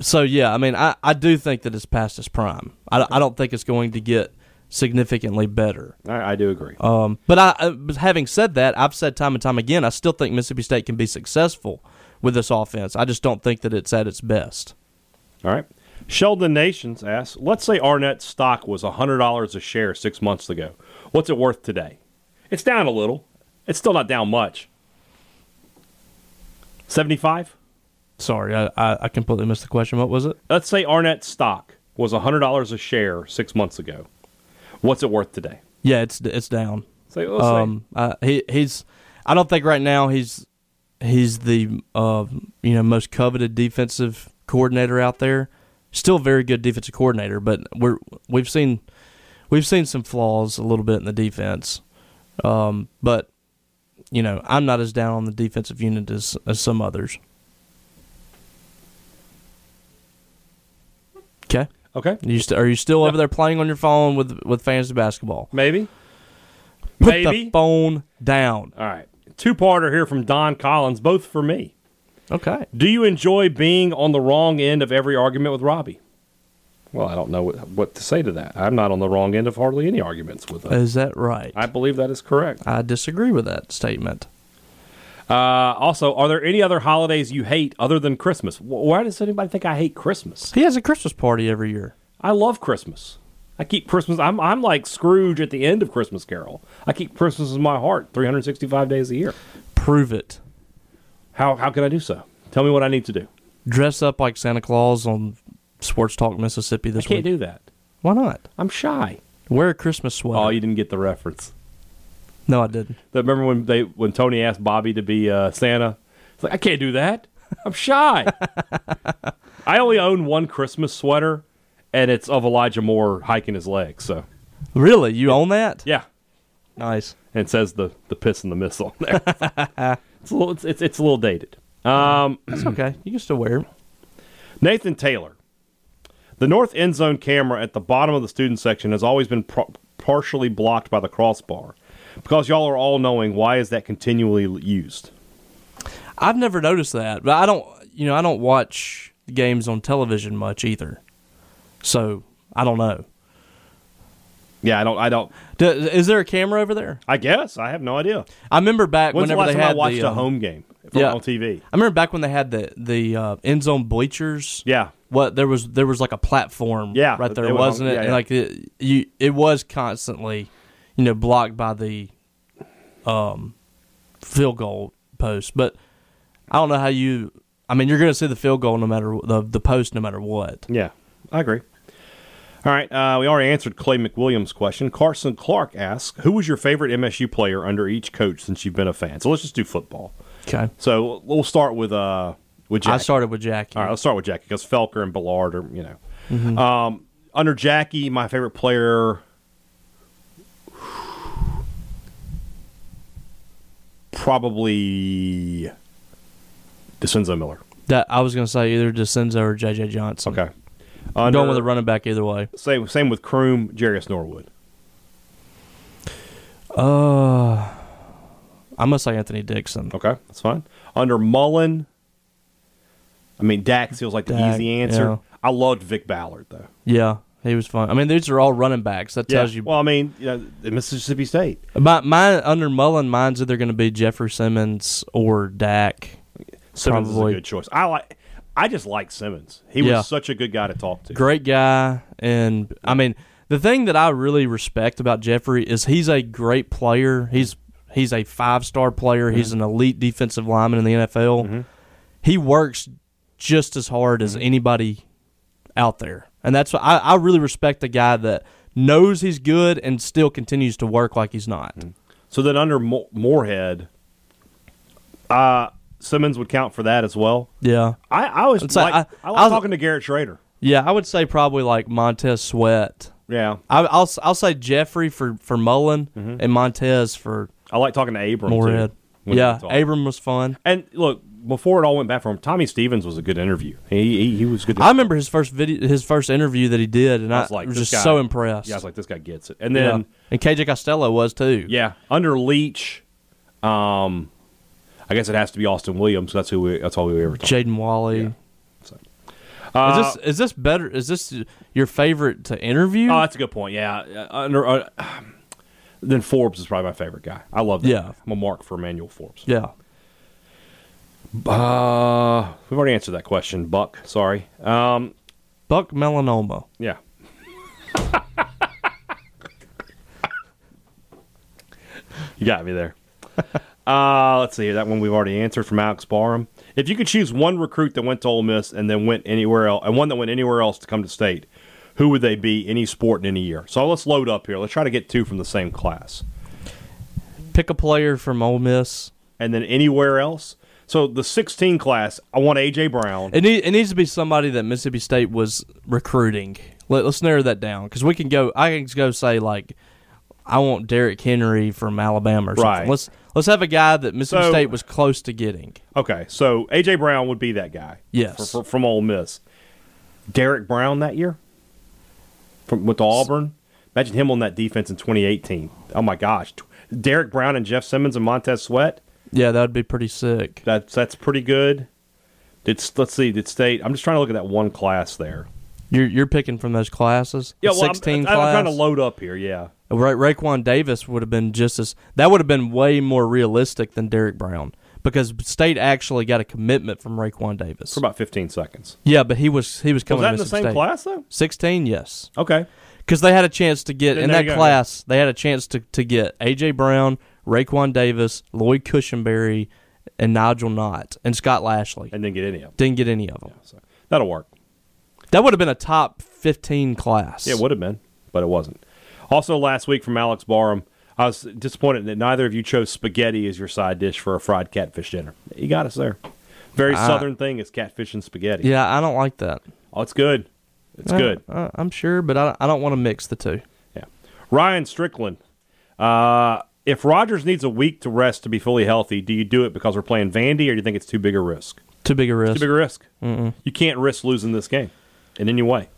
So yeah, I mean, I, I do think that it's past its prime. I, I don't think it's going to get significantly better. I, I do agree. Um, but I, I- but having said that, I've said time and time again, I still think Mississippi State can be successful with this offense. I just don't think that it's at its best. All right. Sheldon Nations asks, let's say Arnett's stock was $100 a share six months ago. What's it worth today? It's down a little. It's still not down much. 75? Sorry, I, I, I completely missed the question. What was it? Let's say Arnett stock was $100 a share six months ago. What's it worth today? Yeah, it's it's down. Say, let's say- Um, uh, he he's. I don't think right now he's he's the uh, you know most coveted defensive coordinator out there. Still a very good defensive coordinator, but we're we've seen we've seen some flaws a little bit in the defense. Um, but you know I'm not as down on the defensive unit as as some others. Okay, okay, you st- are you still over there playing on your phone with with fantasy basketball? maybe. Put Maybe. the phone down. All right. Two parter here from Don Collins, both for me. Okay. Do you enjoy being on the wrong end of every argument with Robbie? Well, I don't know what, what to say to that. I'm not on the wrong end of hardly any arguments with him. Is that right? I believe that is correct. I disagree with that statement. Uh, also, are there any other holidays you hate other than Christmas? Wh- Why does anybody think I hate Christmas? He has a Christmas party every year. I love Christmas. I keep Christmas. I'm I'm like Scrooge at the end of Christmas Carol. I keep Christmas in my heart, 365 days a year. Prove it. How how can I do so? Tell me what I need to do. Dress up like Santa Claus on Sports Talk Mississippi I this can't week. do that. Why not? I'm shy. Wear a Christmas sweater. Oh, you didn't get the reference. no, I didn't. That- Remember when they when Tony asked Bobby to be uh, Santa? It's like I can't do that. I'm shy. I only own one Christmas sweater, and it's of Elijah Moore hiking his legs. So Really? You own that? yeah, Nice. and it says the the piss and the miss on there. it's a little it's, it's, it's a little dated. Um, It's okay. You can still wear it. Nathan Taylor. The north end zone camera at the bottom of the student section has always been pro- partially blocked by the crossbar. Because y'all are all knowing, why is that continually used? I've never noticed that, but I don't. You know, I don't watch games on television much either, so I don't know. Yeah, I don't. I don't. Do, is there a camera over there? I guess I have no idea. I remember back When's the whenever last they time had I watched the, a um, home game from yeah. on TV? I remember back when they had the the uh, end zone bleachers. Yeah, What there was there was like a platform. Yeah, Right they there, went wasn't on- it? yeah, And, yeah. Like it, you, it was constantly, you know, blocked by the, um, field goal post. But I don't know how you. I mean, you're going to see the field goal no matter wh- the the post no matter what. yeah, I agree. All right, uh, we already answered Clay McWilliams' question. Carson Clark asks, "Who was your favorite MSU player under each coach since you've been a fan?" So let's just do football. Okay. So we'll start with uh with Jackie. I started with Jackie. All right, let's start with Jackie because Felker and Ballard are you know Mm-hmm. um, under Jackie. My favorite player, probably Desenzo Miller. That I was going to say either DeCenzo or JJ Johnson. Okay, I'm under, going with a running back either way. Same same with Croom, Jarius Norwood. Uh, I must say Anthony Dixon. Okay, that's fine. Under Mullen, I mean Dak feels like the Dak, easy answer. yeah. I loved Vic Ballard though. Yeah, he was fun. I mean, these are all running backs. That tells you. Well, I mean, you know, Mississippi State. my, mine under Mullen, mine's either going to be Jeffrey Simmons or Dak. Simmons is Probably. a good choice. I like. I just like Simmons. He Yeah. was such a good guy to talk to. Great guy, and I mean, the thing that I really respect about Jeffrey is he's a great player. He's he's a five star player. He's Mm-hmm. an elite defensive lineman in the NFL. He works just as hard Mm-hmm. as anybody out there, and that's what I, I really respect the guy that knows he's good and still continues to work like he's not. Mm-hmm. So then under Mo- Moorhead, uh, Simmons would count for that as well. Yeah. I, I always It's like, like, I, I- like I was- talking to Garrett Schrader. Yeah, I would say probably like Montez Sweat. Yeah, I, I'll I'll say Jeffrey for for Mullen and Montez for I like talking to Abram. too, Moorhead. Mm-hmm. when Yeah, he talked. Abram was fun. And look, before it all went bad for him, Tommy Stevens was a good interview. He he, he was good. To I remember his first video, his first interview that he did, and I was, "This just guy- so impressed. Yeah, I was like, this guy gets it. And Yeah. then and KJ Costello was too. Yeah, under Leach, um, I guess it has to be Austin Williams. That's who. We, that's all we ever talked. Jaden Wally. So. is Uh, this is this better? Is this your favorite to interview? Oh, that's a good point. Yeah, uh, under uh, then Forbes is probably my favorite guy. I love that. Yeah. guy. I'm a mark for Emmanuel Forbes. yeah, Uh, we've already answered that question, Buck. Sorry. Um, Buck Melanoma. yeah. you got me there. Uh, let's see here. That one we've already answered from Alex Barham. If you could choose one recruit that went to Ole Miss and then went anywhere else, and one that went anywhere else to come to state, who would they be? Any sport in any year. So let's load up here. Let's try to get two from the same class, Pick a player from Ole Miss. and then anywhere else. So the 16 class, I want AJ Brown. It, need, it needs to be somebody that Mississippi State was recruiting. Let, let's narrow that down because we can go. I can go say like, I want Derrick Henry from Alabama or something. Right. Let's let's have a guy that Mississippi So- State was close to getting. Okay, so AJ Brown would be that guy. Yes. for, for, from Ole Miss. Derek Brown that year, from with Auburn. Imagine him on that defense in 2018. Oh my gosh, Tw- Derek Brown and Jeff Simmons and Montez Sweat. Yeah, that would be pretty sick. That's that's pretty good. It's let's see, did state? I'm just trying to look at that one class there. You're you're picking from those classes. The well, I'm- 16 I'm, class. I'm trying to load up here. Yeah, Ra- Raquan Davis would have been just as that would have been way more realistic than Derrick Brown because State actually got a commitment from Raquan Davis. for about 15 seconds. yeah, but he was he was Was coming. that in to the Mississippi same State. class though? Sixteen, yes, Okay, because they had a chance to get Then in there that you go. class. They had a chance to, to get AJ Brown, Raquan Davis, Lloyd Cushenberry, and Nigel Knott and Scott Lashley. and then get any of them. Didn't get any of them. So that'll work. That would have been a top fifteen class. Yeah, it would have been, but it wasn't. Also, last week from Alex Barham, I was disappointed that neither of you chose spaghetti as your side dish for a fried catfish dinner. You got us there. Very southern thing is catfish and spaghetti. Yeah, Ah. I don't like that. Oh, it's good. It's I- good. I, I'm sure, but I, I don't want to mix the two. Yeah. Ryan Strickland. Uh, if Rogers needs a week to rest to be fully healthy, do you do it because we're playing Vandy, or do you think it's too big a risk? Too big a risk. Too big a risk. You can't risk losing this game in any way.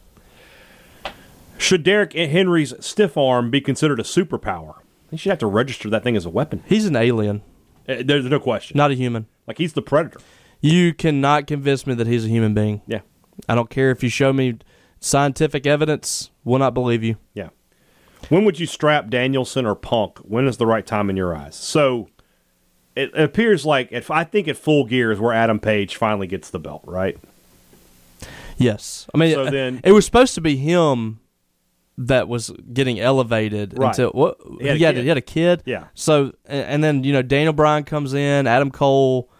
Should Derek Henry's stiff arm be considered a superpower? He should have to register that thing as a weapon. He's an alien, Uh, There's no question. not a human. Like he's the predator. You cannot convince me that he's a human being. Yeah, I don't care if you show me scientific evidence, will not believe you. yeah. When would you strap Danielson or Punk? When is the right time in your eyes? So it, it appears like if I think at full gear is where Adam Page finally gets the belt, right? Yes. I mean, So uh, then- it was supposed to be him that was getting elevated Right. until what He had a kid. he had a kid. Yeah. So a- and then you know Daniel Bryan comes in, Adam Cole,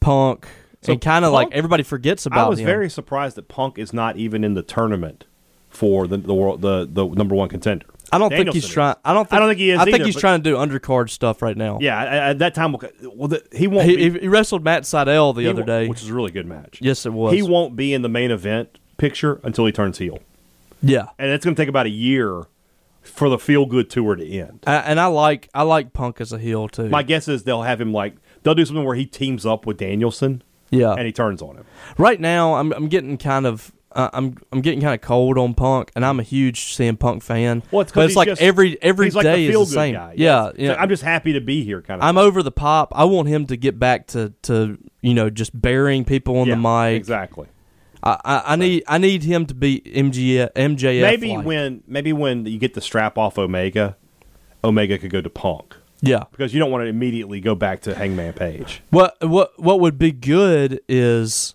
Punk, So and kind of like Punk- everybody forgets about I was him. very surprised that Punk is not even in the tournament for the the world the, the number one contender. I don't think Danielson he's is. trying. I don't. Think, I don't think he is I think either, he's but- trying to do undercard stuff right now. Yeah, I- I- that time will. co- Well, the, he won't. be, He, he wrestled Matt Seidel the he other won't- day. which is a really good match. Yes, it was. He won't be in the main event picture until he turns heel, yeah. and it's going to take about a year for the feel good tour to end. I, and I like I like Punk as a heel too. My guess is they'll have him like they'll do something where he teams up with Danielson, yeah. and he turns on him. right now, I'm I'm getting kind of uh, I'm I'm getting kind of cold on Punk, and I'm a huge CM Punk fan. Well, it's but because it's like every every day he's like the is the feel-good same. Guy. Yeah, It's yeah. like, I'm just happy to be here, kind of. I'm over the pop. I want him to get back to to you know just burying people on thing. the Yeah, mic. exactly. I, I, I need I need him to be MG MJF. Maybe like. when maybe when you get the strap off Omega, Omega could go to Punk yeah. because you don't want to immediately go back to Hangman Page. What what what would be good is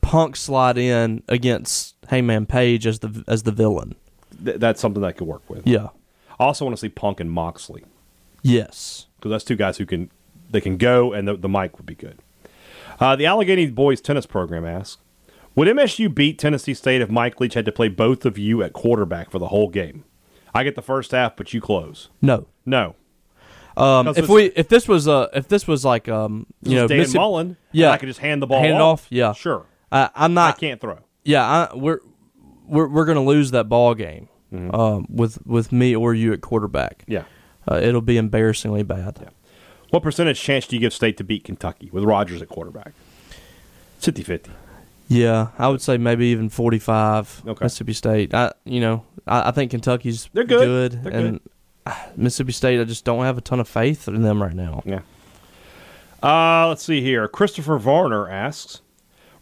Punk slide in against Hangman Page as the as the villain. Th- that's something that I could work with. Yeah. I also want to see Punk and Moxley Yes. because that's two guys who can they can go and the, the mic would be good. Uh, the Allegheny boys tennis program asks, would MSU beat Tennessee State if Mike Leach had to play both of you at quarterback for the whole game? I get the first half, but you close. No. No, Um, 'Cause if it's- we if this was a if this was like um you know Dan Mississippi- Mullen. yeah. and I could just hand the ball Hand it off. off, yeah. sure. I, I'm I not can't throw. yeah I, we're we're we're gonna lose that ball game um, with with me or you at quarterback Mm-hmm. Yeah. uh, it'll be embarrassingly bad What percentage chance do you give State to beat Kentucky with Rogers at quarterback? 50 50. yeah I would say maybe even 45 Okay. Mississippi State I you know I, I think Kentucky's They're good. They're and good. ah, Mississippi State I just don't have a ton of faith in them right now Yeah. Uh, let's see here. Christopher Varner asks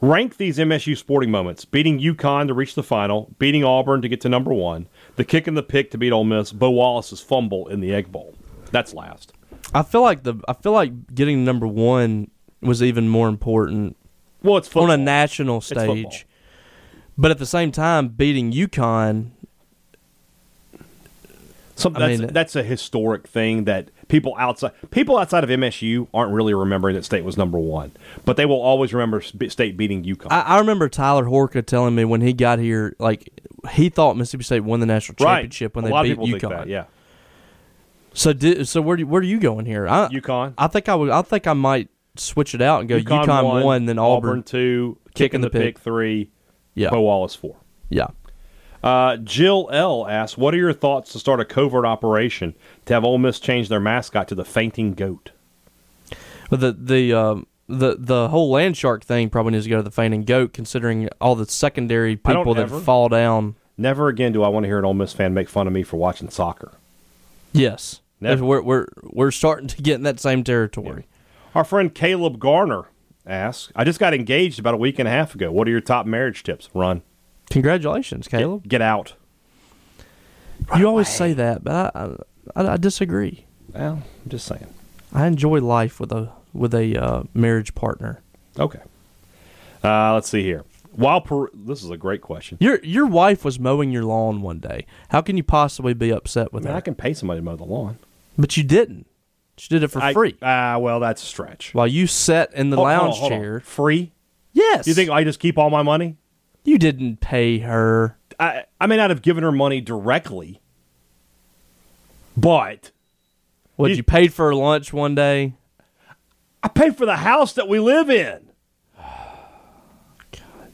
Rank these MSU sporting moments beating UConn to reach the final, beating Auburn to get to number one, the kick and the pick to beat Ole Miss, Bo Wallace's fumble in the Egg Bowl. That's last. I feel like the I feel like getting number one was even more important Well, it's football. on a national football. stage. But at the same time, beating UConn, Some, I that's, mean- that's a historic thing that people outside people outside of MSU aren't really remembering that state was number one, but they will always remember s- state beating UConn. I, I remember Tyler Horka telling me when he got here, like he thought Mississippi State won the national championship when A they lot beat of people UConn. Think that, yeah, So, did, so where do, where are you going here? I, UConn. I think I would. I think I might switch it out and go UConn, one, then Auburn. two, kicking the pick, three, Yeah, Bo Wallace four. yeah. Uh, Jill L asks, "What are your thoughts to start a covert operation to have Ole Miss change their mascot to the fainting goat?" But the the um, the the whole land shark thing probably needs to go to the fainting goat, considering all the secondary I don't people that ever- fall down. Never again do I want to hear an Ole Miss fan make fun of me for watching soccer. Yes, Never. we're we're we're starting to get in that same territory. Our friend Caleb Garner asks, "I just got engaged about a week and a half ago. What are your top marriage tips? Run, Congratulations, Get- Caleb. get, out." you always say that, but I, I I disagree. Well, I'm just saying. I enjoy life with a with a uh, marriage partner. Okay. Uh, let's see here. While per- this is a great question. Your your wife was mowing your lawn one day. How can you possibly be upset I with mean, her? I can pay somebody to mow the lawn but you didn't. She did it for I- free. Ah, well, that's a stretch. While you sat in the Hold- hold on, lounge hold on. chair. free? Yes. You think I just keep all my money? you didn't pay her? I I may not have given her money directly, but What You- you, paid for her lunch one day? I pay for the house that we live in.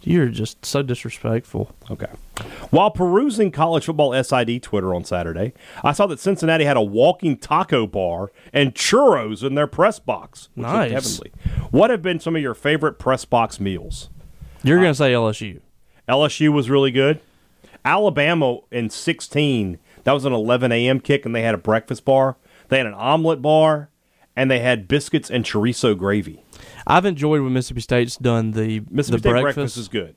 You're just so disrespectful. Okay. While perusing college football SID Twitter on Saturday, I saw that Cincinnati had a walking taco bar and churros in their press box. Which looked Nice. heavenly. What have been some of your favorite press box meals? You're gonna say LSU. LSU was really good. Alabama in 16, that was an 11 a.m. kick, and they had a breakfast bar. They had an omelet bar, and they had biscuits and chorizo gravy. I've enjoyed when Mississippi State's done the Mississippi the State breakfast. breakfast. is good.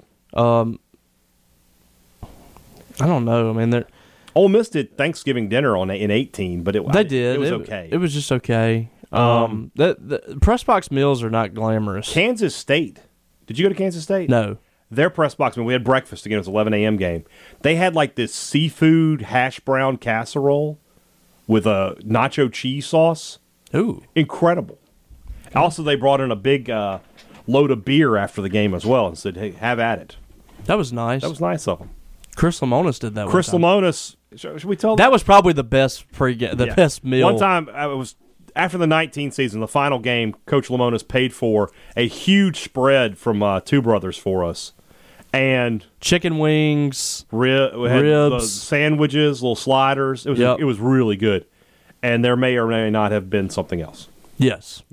I don't know. I mean, they're, Ole Miss did Thanksgiving dinner on in 18, but it, they did. it was okay. It was just okay. Um, that the press box meals are not glamorous. Kansas State. Did you go to Kansas State? No. Their press box, when we had breakfast again, it was 11 a.m. game. They had like this seafood hash brown casserole with a nacho cheese sauce. Ooh. incredible. Also, they brought in a big uh, load of beer after the game as well and said, "Hey, have at it." That was nice. That was nice of them. Chris Lamonis did that. one Chris time. Lamonis, sh- should we tell That was probably the best pre the Yeah. best meal. One time, I was after the 19 season, the final game. Coach Lamonis paid for a huge spread from uh, Two Brothers for us, and chicken wings. ri- we had Ribs. the sandwiches, little sliders. It was Yep. it was really good, and there may or may not have been something else. Yes,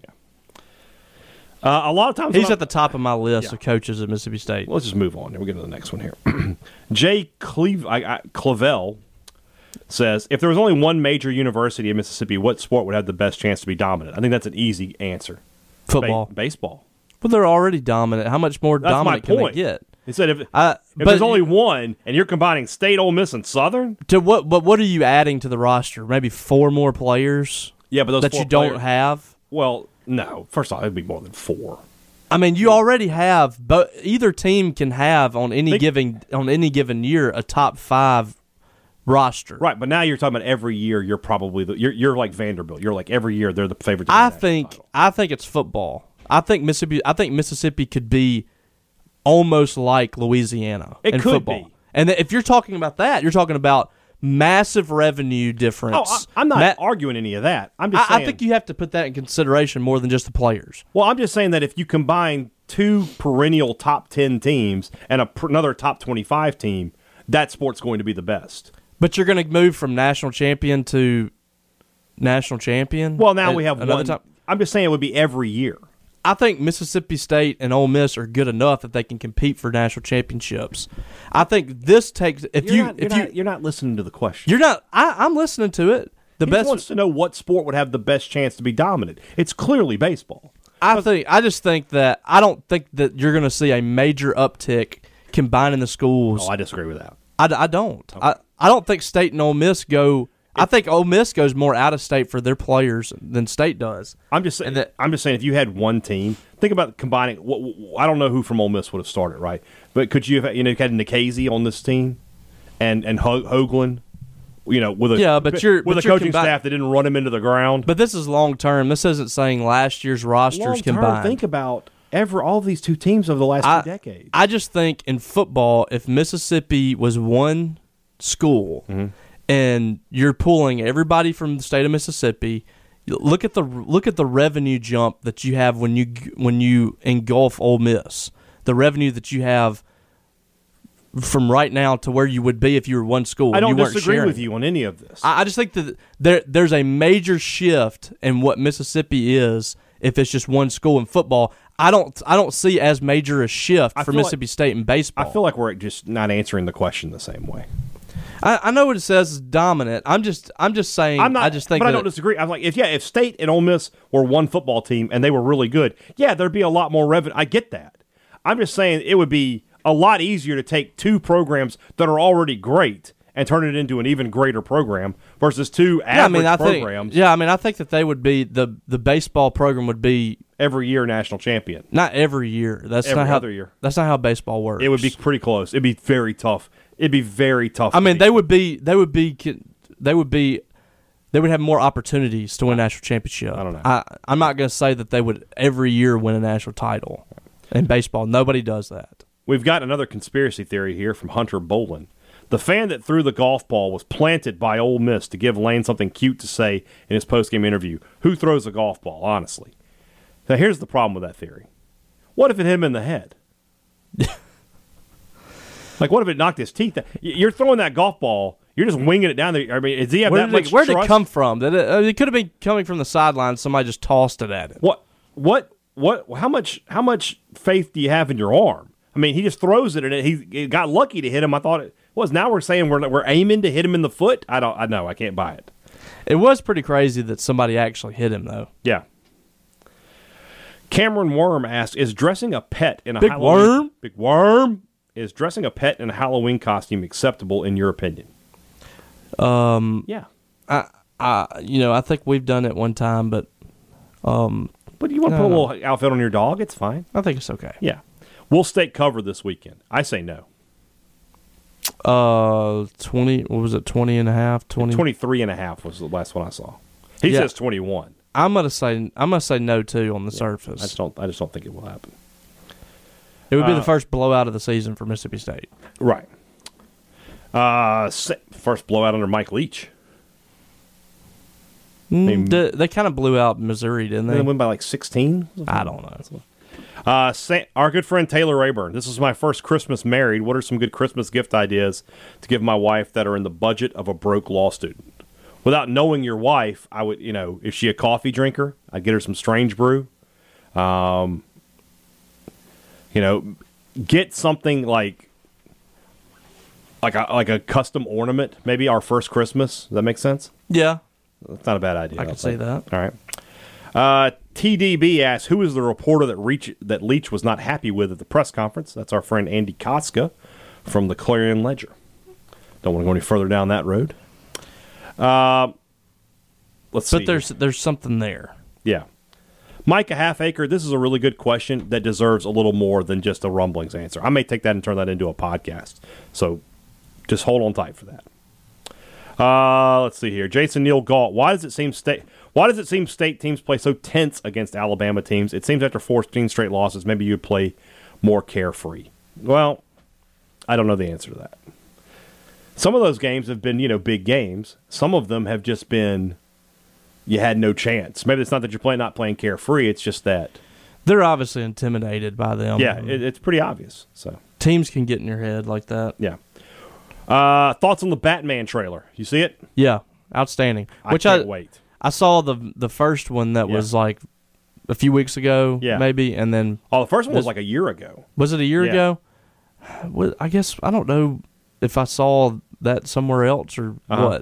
Uh, a lot of times when he's I'm- at the top of my list Yeah. of coaches at Mississippi State. let's just move on. We'll get to the next one here. Jay Cleve, I, I, Clavel says, if there was only one major university in Mississippi, what sport would have the best chance to be dominant? I think that's an easy answer. Ba- Football, baseball. but they're already dominant. How much more That's dominant my can point. they get? He said, if, Uh, if but- there's only one, and you're combining State, Ole Miss, and Southern, To what? But what are you adding to the roster? Maybe four more players. Yeah, but those that four you don't players- have. well, no. First off, it'd be more than four. I mean, you already have, but either team can have on any Think- given on any given year a top five roster. Right, but now you're talking about every year. You're probably the, you're you're like Vanderbilt. You're like every year they're the favorite. to win I that think title. I think it's football. I think Mississippi. I think Mississippi could be almost like Louisiana It in could football. be. And if you're talking about that, you're talking about massive revenue Oh, difference. I, I'm not Ma- arguing any of that. I'm just. I, I saying- think you have to put that in consideration more than just the players. Well, I'm just saying that if you combine two perennial top 10 teams and a, per- another top 25 team, that sport's going to be the best. But you're going to move from national champion to national champion. Well, now at we have another one. time. I'm just saying it would be every year. I think Mississippi State and Ole Miss are good enough that they can compete for national championships. I think this takes if you if you are not listening to the question. You're not. I, I'm listening to it. The he just best. wants to know what sport would have the best chance to be dominant. It's clearly baseball. I think. I just think that I don't think that you're going to see a major uptick combining the schools. Oh, I disagree with that. I, d- I don't. I, I don't think State and Ole Miss go. I think Ole Miss goes more out of state for their players than State does. I'm just saying. And that- I'm just saying. If you had one team, think about combining. What, what- I don't know who from Ole Miss would have started, right? But could you have, you know, you had Nikhazy on this team, and and Ho- Hoagland, you know, with a Yeah, but you're- with but a you're coaching combi- staff that didn't run him into the ground. But this is long term. This isn't saying last year's rosters Long term, combined. think about ever all these two teams over the last I, two decades. I just think in football, if Mississippi was one school and you're pulling everybody from the state of Mississippi, you- look at the look at the revenue jump that you have when you when you engulf Ole Miss. The revenue that you have from right now to where you would be if you were one school. I don't you weren't disagree sharing. with you on any of this. I, I just think that there there's a major shift in what Mississippi is if it's just one school in football. I don't I don't see as major a shift I for feel like- Mississippi State in baseball. I feel like we're just not answering the question the same way. I, I know what it says is dominant. I'm just I'm just saying I'm not. I just think but I that- don't disagree. I'm like, if yeah, if State and Ole Miss were one football team and they were really good, yeah, there'd be a lot more revenue. I get that. I'm just saying it would be a lot easier to take two programs that are already great and turn it into an even greater program versus two average yeah, I mean I think programs yeah, I mean I think that they would be the the baseball program would be every year national champion. not every year. That's Every not how other year. That's not how baseball works. It would be pretty close. It'd be very tough. It'd be very tough. I to mean beat. they would be they would be they would be they would have more opportunities to win a national championship. I don't know. I, I'm not going to say that they would every year win a national title in baseball. Nobody does that. We've got another conspiracy theory here from Hunter Bolin. The fan that threw the golf ball was planted by Ole Miss to give Lane something cute to say in his postgame interview. Who throws a golf ball, honestly? Now, here's the problem with that theory. What if it hit him in the head? like, what if it knocked his teeth out? Y- You're throwing that golf ball. You're just winging it down there. I mean, does he have Where that did, much it, where did it trust? come from? That it, uh, it could have been coming from the sideline. Somebody just tossed it at him. What? What? What? How much? How much faith do you have in your arm? I mean, he just throws it, and it, he it got lucky to hit him. I thought it was. Now we're saying we're we're aiming to hit him in the foot. I don't. I know. I can't buy it. It was pretty crazy that somebody actually hit him though. Yeah. Cameron Worm asks: Is dressing a pet in a Big Halloween, Worm? big worm is dressing a pet in a Halloween costume acceptable in your opinion? Um. Yeah. I, I you know I think we've done it one time, but But you want to put a little outfit on your dog? It's fine. I think it's okay. Yeah. Will State cover this weekend? I say no. Uh, twenty. What was it? 20 and a half, 20. 23 and a half was the last one I saw. He Yeah. says 21. I'm gonna say I'm gonna say no too on the surface. I just don't I just don't think it will happen. It Uh, would be the first blowout of the season for Mississippi State. Right. Uh se- first blowout under Mike Leach. Mm, They, they kind of blew out Missouri, didn't They they? went by like 16. I don't know. Uh Sa- our good friend Taylor Rayburn. This is my first Christmas married. What are some good Christmas gift ideas to give my wife that are in the budget of a broke law student? Without knowing your wife, I would, you know, is she a coffee drinker? I'd get her some strange brew. Um, you know get something like like a like a custom ornament maybe our first christmas does that make sense Yeah, that's not a bad idea I can could say that. all right uh, TDB asks, "Who is the reporter that Reach that Leach was not happy with at the press conference?" That's our friend Andy Koska from the Clarion Ledger. Don't want to go any further down that road. Uh, let's see. but here. there's there's something there. Yeah. Mike, a half acre, this is a really good question that deserves a little more than just a rumblings answer. I may take that and turn that into a podcast. So just hold on tight for that. Uh, let's see here. Jason Neal Galt, why does it seem state why does it seem state teams play so tense against Alabama teams? It seems after 14 straight losses, maybe you'd play more carefree. Well, I don't know the answer to that. Some of those games have been, you know, big games. Some of them have just been you had no chance. Maybe it's not that you're playing not playing carefree. It's just that They're obviously intimidated by them. yeah, it, it's pretty obvious. So teams can get in your head like that. yeah. Uh, thoughts on the Batman trailer? You see it? Yeah, outstanding. I Which can't I wait. I saw the the first one that Yeah. was like a few weeks ago, Yeah. maybe, and then Oh, the first one was This- like a year ago. was it a year Yeah. ago? Well, I guess I don't know if I saw that somewhere else or Uh-huh.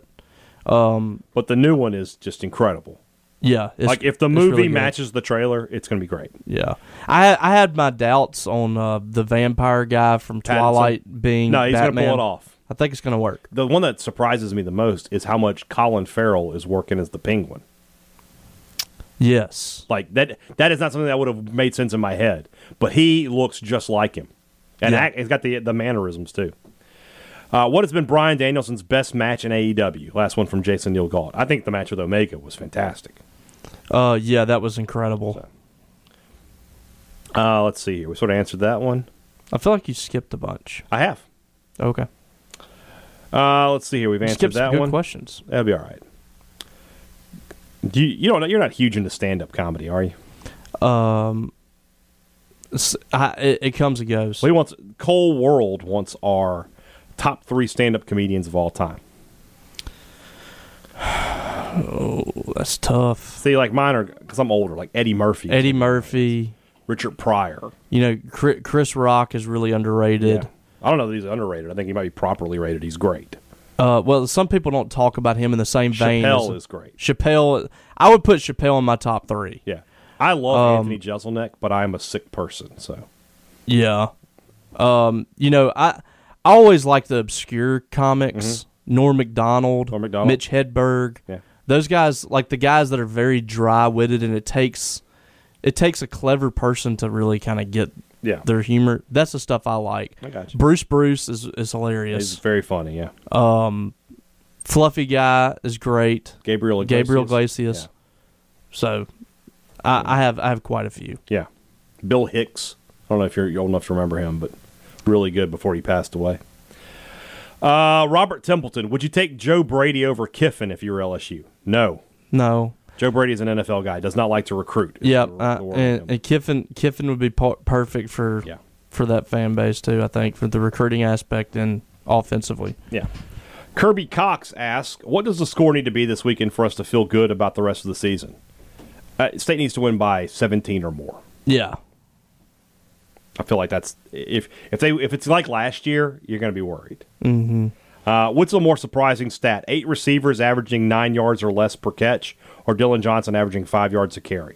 what. But the new one is just incredible. Yeah, it's- like if the it's movie really good. matches the trailer, it's going to be great. Yeah, I I had my doubts on uh, the vampire guy from Twilight being No, he's going to Batman. pull it off. I think it's gonna work. The one that surprises me the most is how much Colin Farrell is working as the Penguin. Yes, Like that that is not something that would have made sense in my head. But he looks just like him. And Yeah. act, he's got the the mannerisms too. Uh, what has been Brian Danielson's best match in AEW? Last one from Jason Neal Galt. I think the match with Omega was fantastic. Uh, yeah, that was incredible. Uh, let's see here. We sort of answered that one. I feel like you skipped a bunch. I have. Okay, Uh, let's see here. We've answered skipped some that good one. questions. That'll be all right. Do you, you don't? You're not huge into stand-up comedy, are you? Um, s I it, it comes and goes. Well, he wants Cole World wants our top three stand-up comedians of all time. That's tough. See, like mine are because I'm older, like Eddie Murphy, Eddie Murphy. Richard Pryor. You know, Chri- Chris Rock is really underrated. Yeah. I don't know that he's underrated. I think he might be properly rated. He's great. Uh, well, some people don't talk about him in the same vein. as- Chappelle is great. Chappelle. I would put Chappelle in my top three. Yeah, I Um, love Anthony Jeselnik, but I am a sick person, so Yeah. Um, you know, I I always like the obscure comics. Norm McDonald, Mm-hmm. Norm Macdonald. Mitch Hedberg. Yeah. Those guys like the guys that are very dry witted and it takes it takes a clever person to really kind of get Yeah. their humor. That's the stuff I like. I got you. Bruce Bruce is, is he's hilarious. very funny. Yeah, Uh, Fluffy guy is great. Gabriel Iglesias. Gabriel Glacius. So I, I have I have quite a few. Yeah. yeah, Bill Hicks. I don't know if you're, you're old enough to remember him, but really good before he passed away. Uh, Robert Templeton, would you take Joe Brady over Kiffin if you were LSU? No. No. Joe Brady's an NFL guy. Does not like to recruit. is Yeah, the- uh, the word on him. and, and Kiffin Kiffin would be par- perfect for Yeah. for that fan base too. I think for the recruiting aspect and offensively. Yeah. Kirby Cox asks, "What does the score need to be this weekend for us to feel good about the rest of the season? Uh, State needs to win by 17 or more. Yeah, I feel like that's if if they if it's like last year, you're going to be worried. Mm-hmm. Uh, what's a more surprising stat? Eight receivers averaging nine yards or less per catch, or Dylan Johnson averaging five yards a carry?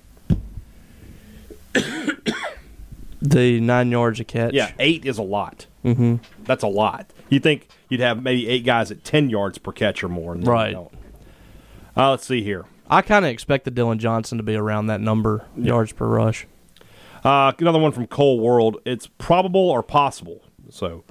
the nine yards a catch. Yeah, eight is a lot. Mm-hmm. That's a lot. You think you'd have maybe eight guys at 10 yards per catch or more? and then you Right. don't. Uh, let's see here. I kind of expected Dylan Johnson to be around that number yards per rush. Uh, another one from Cole World. It's probable or possible. So,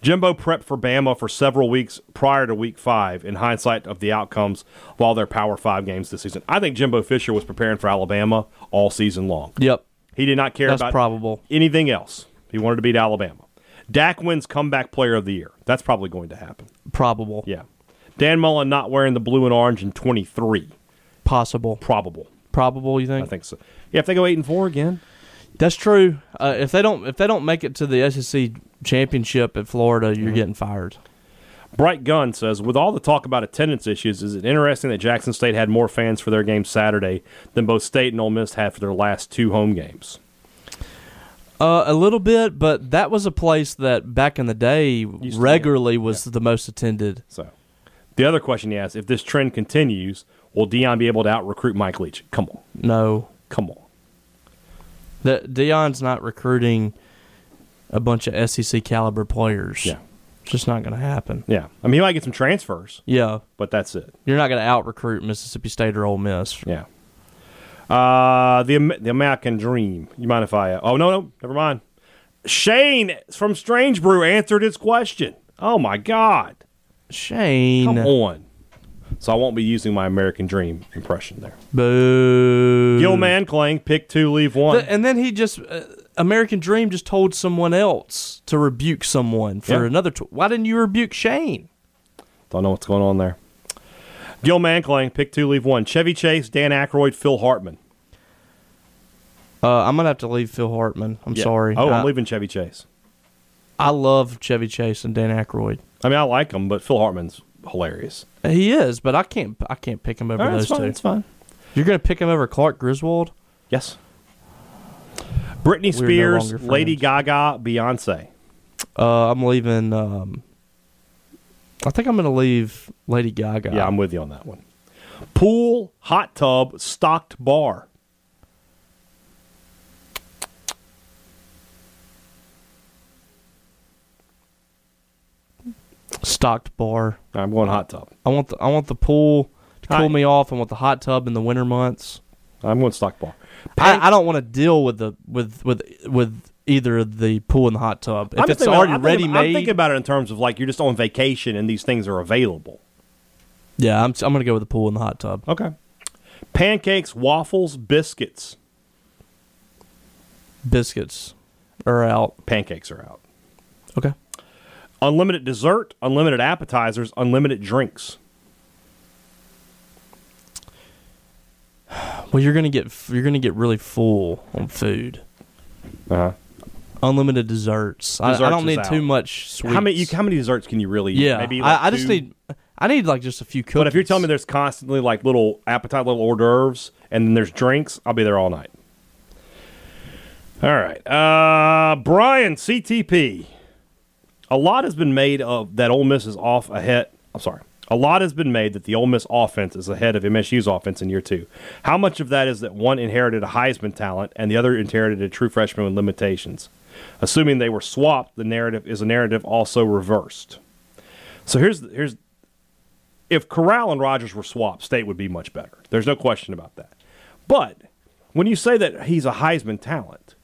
Jimbo prepped for Bama for several weeks prior to Week Five. In hindsight of the outcomes of all their Power Five games this season, I think Jimbo Fisher was preparing for Alabama all season long. Yep, He did not care that's about probable. anything else. He wanted to beat Alabama. Dak wins comeback player of the year. That's probably going to happen. Probable. Yeah. Dan Mullen not wearing the blue and orange in 23. Possible. Probable. Probable. You think? I think so. Yeah, if they go 8 and 4 again. That's true. Uh, if they don't if they don't make it to the SEC championship at Florida, Mm-hmm. you're getting fired. Bright Gunn says, with all the talk about attendance issues, is it interesting that Jackson State had more fans for their game Saturday than both State and Ole Miss had for their last two home games? Uh, a little bit, but that was a place that back in the day to regularly was the most attended. So, the other question he asks, if this trend continues, will Dion be able to out recruit Mike Leach? Come on, No, come on. that Dion's not recruiting a bunch of SEC caliber players. Yeah. it's just not going to happen. Yeah, I mean, he might get some transfers, Yeah, but that's it. you're not going to out recruit Mississippi State or Ole Miss. Yeah. Uh, the Am- the American Dream. You mind if I? Uh, oh no, no, never mind. Shane from Strange Brew answered his question. Oh my God. Shane, Come on. So I won't be using my American Dream impression there. boo. Gil Manclang, pick two, leave one. Th- and then he just uh, American Dream just told someone else to rebuke someone for Yeah. another. Tw- Why didn't you rebuke Shane? Don't know what's going on there. Gil Manclang, pick two, leave one. Chevy Chase, Dan Aykroyd, Phil Hartman. Uh, I'm gonna have to leave Phil Hartman. I'm Yeah. sorry. Uh, Oh, I, I'm leaving Chevy Chase. I love Chevy Chase and Dan Aykroyd. I mean, I like him, but Phil Hartman's hilarious. He is, but I can't. I can't pick him over All right, those it's fine. two. It's fine. You're gonna pick him over Clark Griswold? Yes. Britney We're no Spears, longer Lady Gaga, Beyonce. Uh, I'm leaving. Um, I think I'm gonna leave Lady Gaga. Yeah, I'm with you on that one. Pool, hot tub, stocked bar. stocked bar. I'm going hot tub. I want the I want the pool to cool Hi. me off. I want the hot tub in the winter months. I'm going stocked bar. I, I don't want to deal with the with with with either the pool and the hot tub. If I'm just it's thinking about- already I'm ready thinking- I'm made, thinking about it in terms of like you're just on vacation and these things are available. yeah, I'm, I'm gonna go with the pool and the hot tub. Okay. Pancakes, waffles, biscuits. Biscuits are out. Pancakes are out. Okay, Unlimited dessert, unlimited appetizers, unlimited drinks. well you're gonna get f- you're gonna get really full on food. Uh-huh. Unlimited desserts. I- I, Desserts don't is need out. too much sweets. How many? You, how many desserts can you really? eat? yeah, maybe. like I, I just two? need I need like just a few cookies. But if you're telling me there's constantly like little appetite, little hors d'oeuvres, and then there's drinks, I'll be there all night. All right, uh, Brian CTP. A lot has been made of that Ole Miss is off ahead. I'm sorry. A lot has been made that the Ole Miss offense is ahead of MSU's offense in year two. How much of that is that one inherited a Heisman talent and the other inherited a true freshman with limitations? Assuming they were swapped, the narrative is a narrative also reversed. So here's here's if Corral and Rogers were swapped, State would be much better. There's no question about that. But when you say that he's a Heisman talent,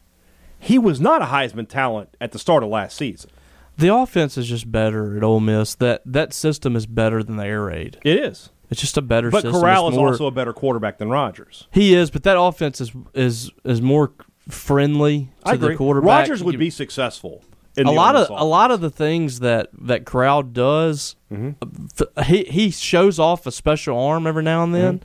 he was not a Heisman talent at the start of last season. the offense is just better at Ole Miss. That that system is better than the air raid. It is. It's just a better But system. Corral It's is more- also a better quarterback than Rogers. He is, but that offense is is is more friendly to I agree. the quarterback. Rogers would You- be successful. In a the lot Ole of Miss a offense. lot of the things that that crowd does. Mm-hmm. f- He he shows off a special arm every now and then,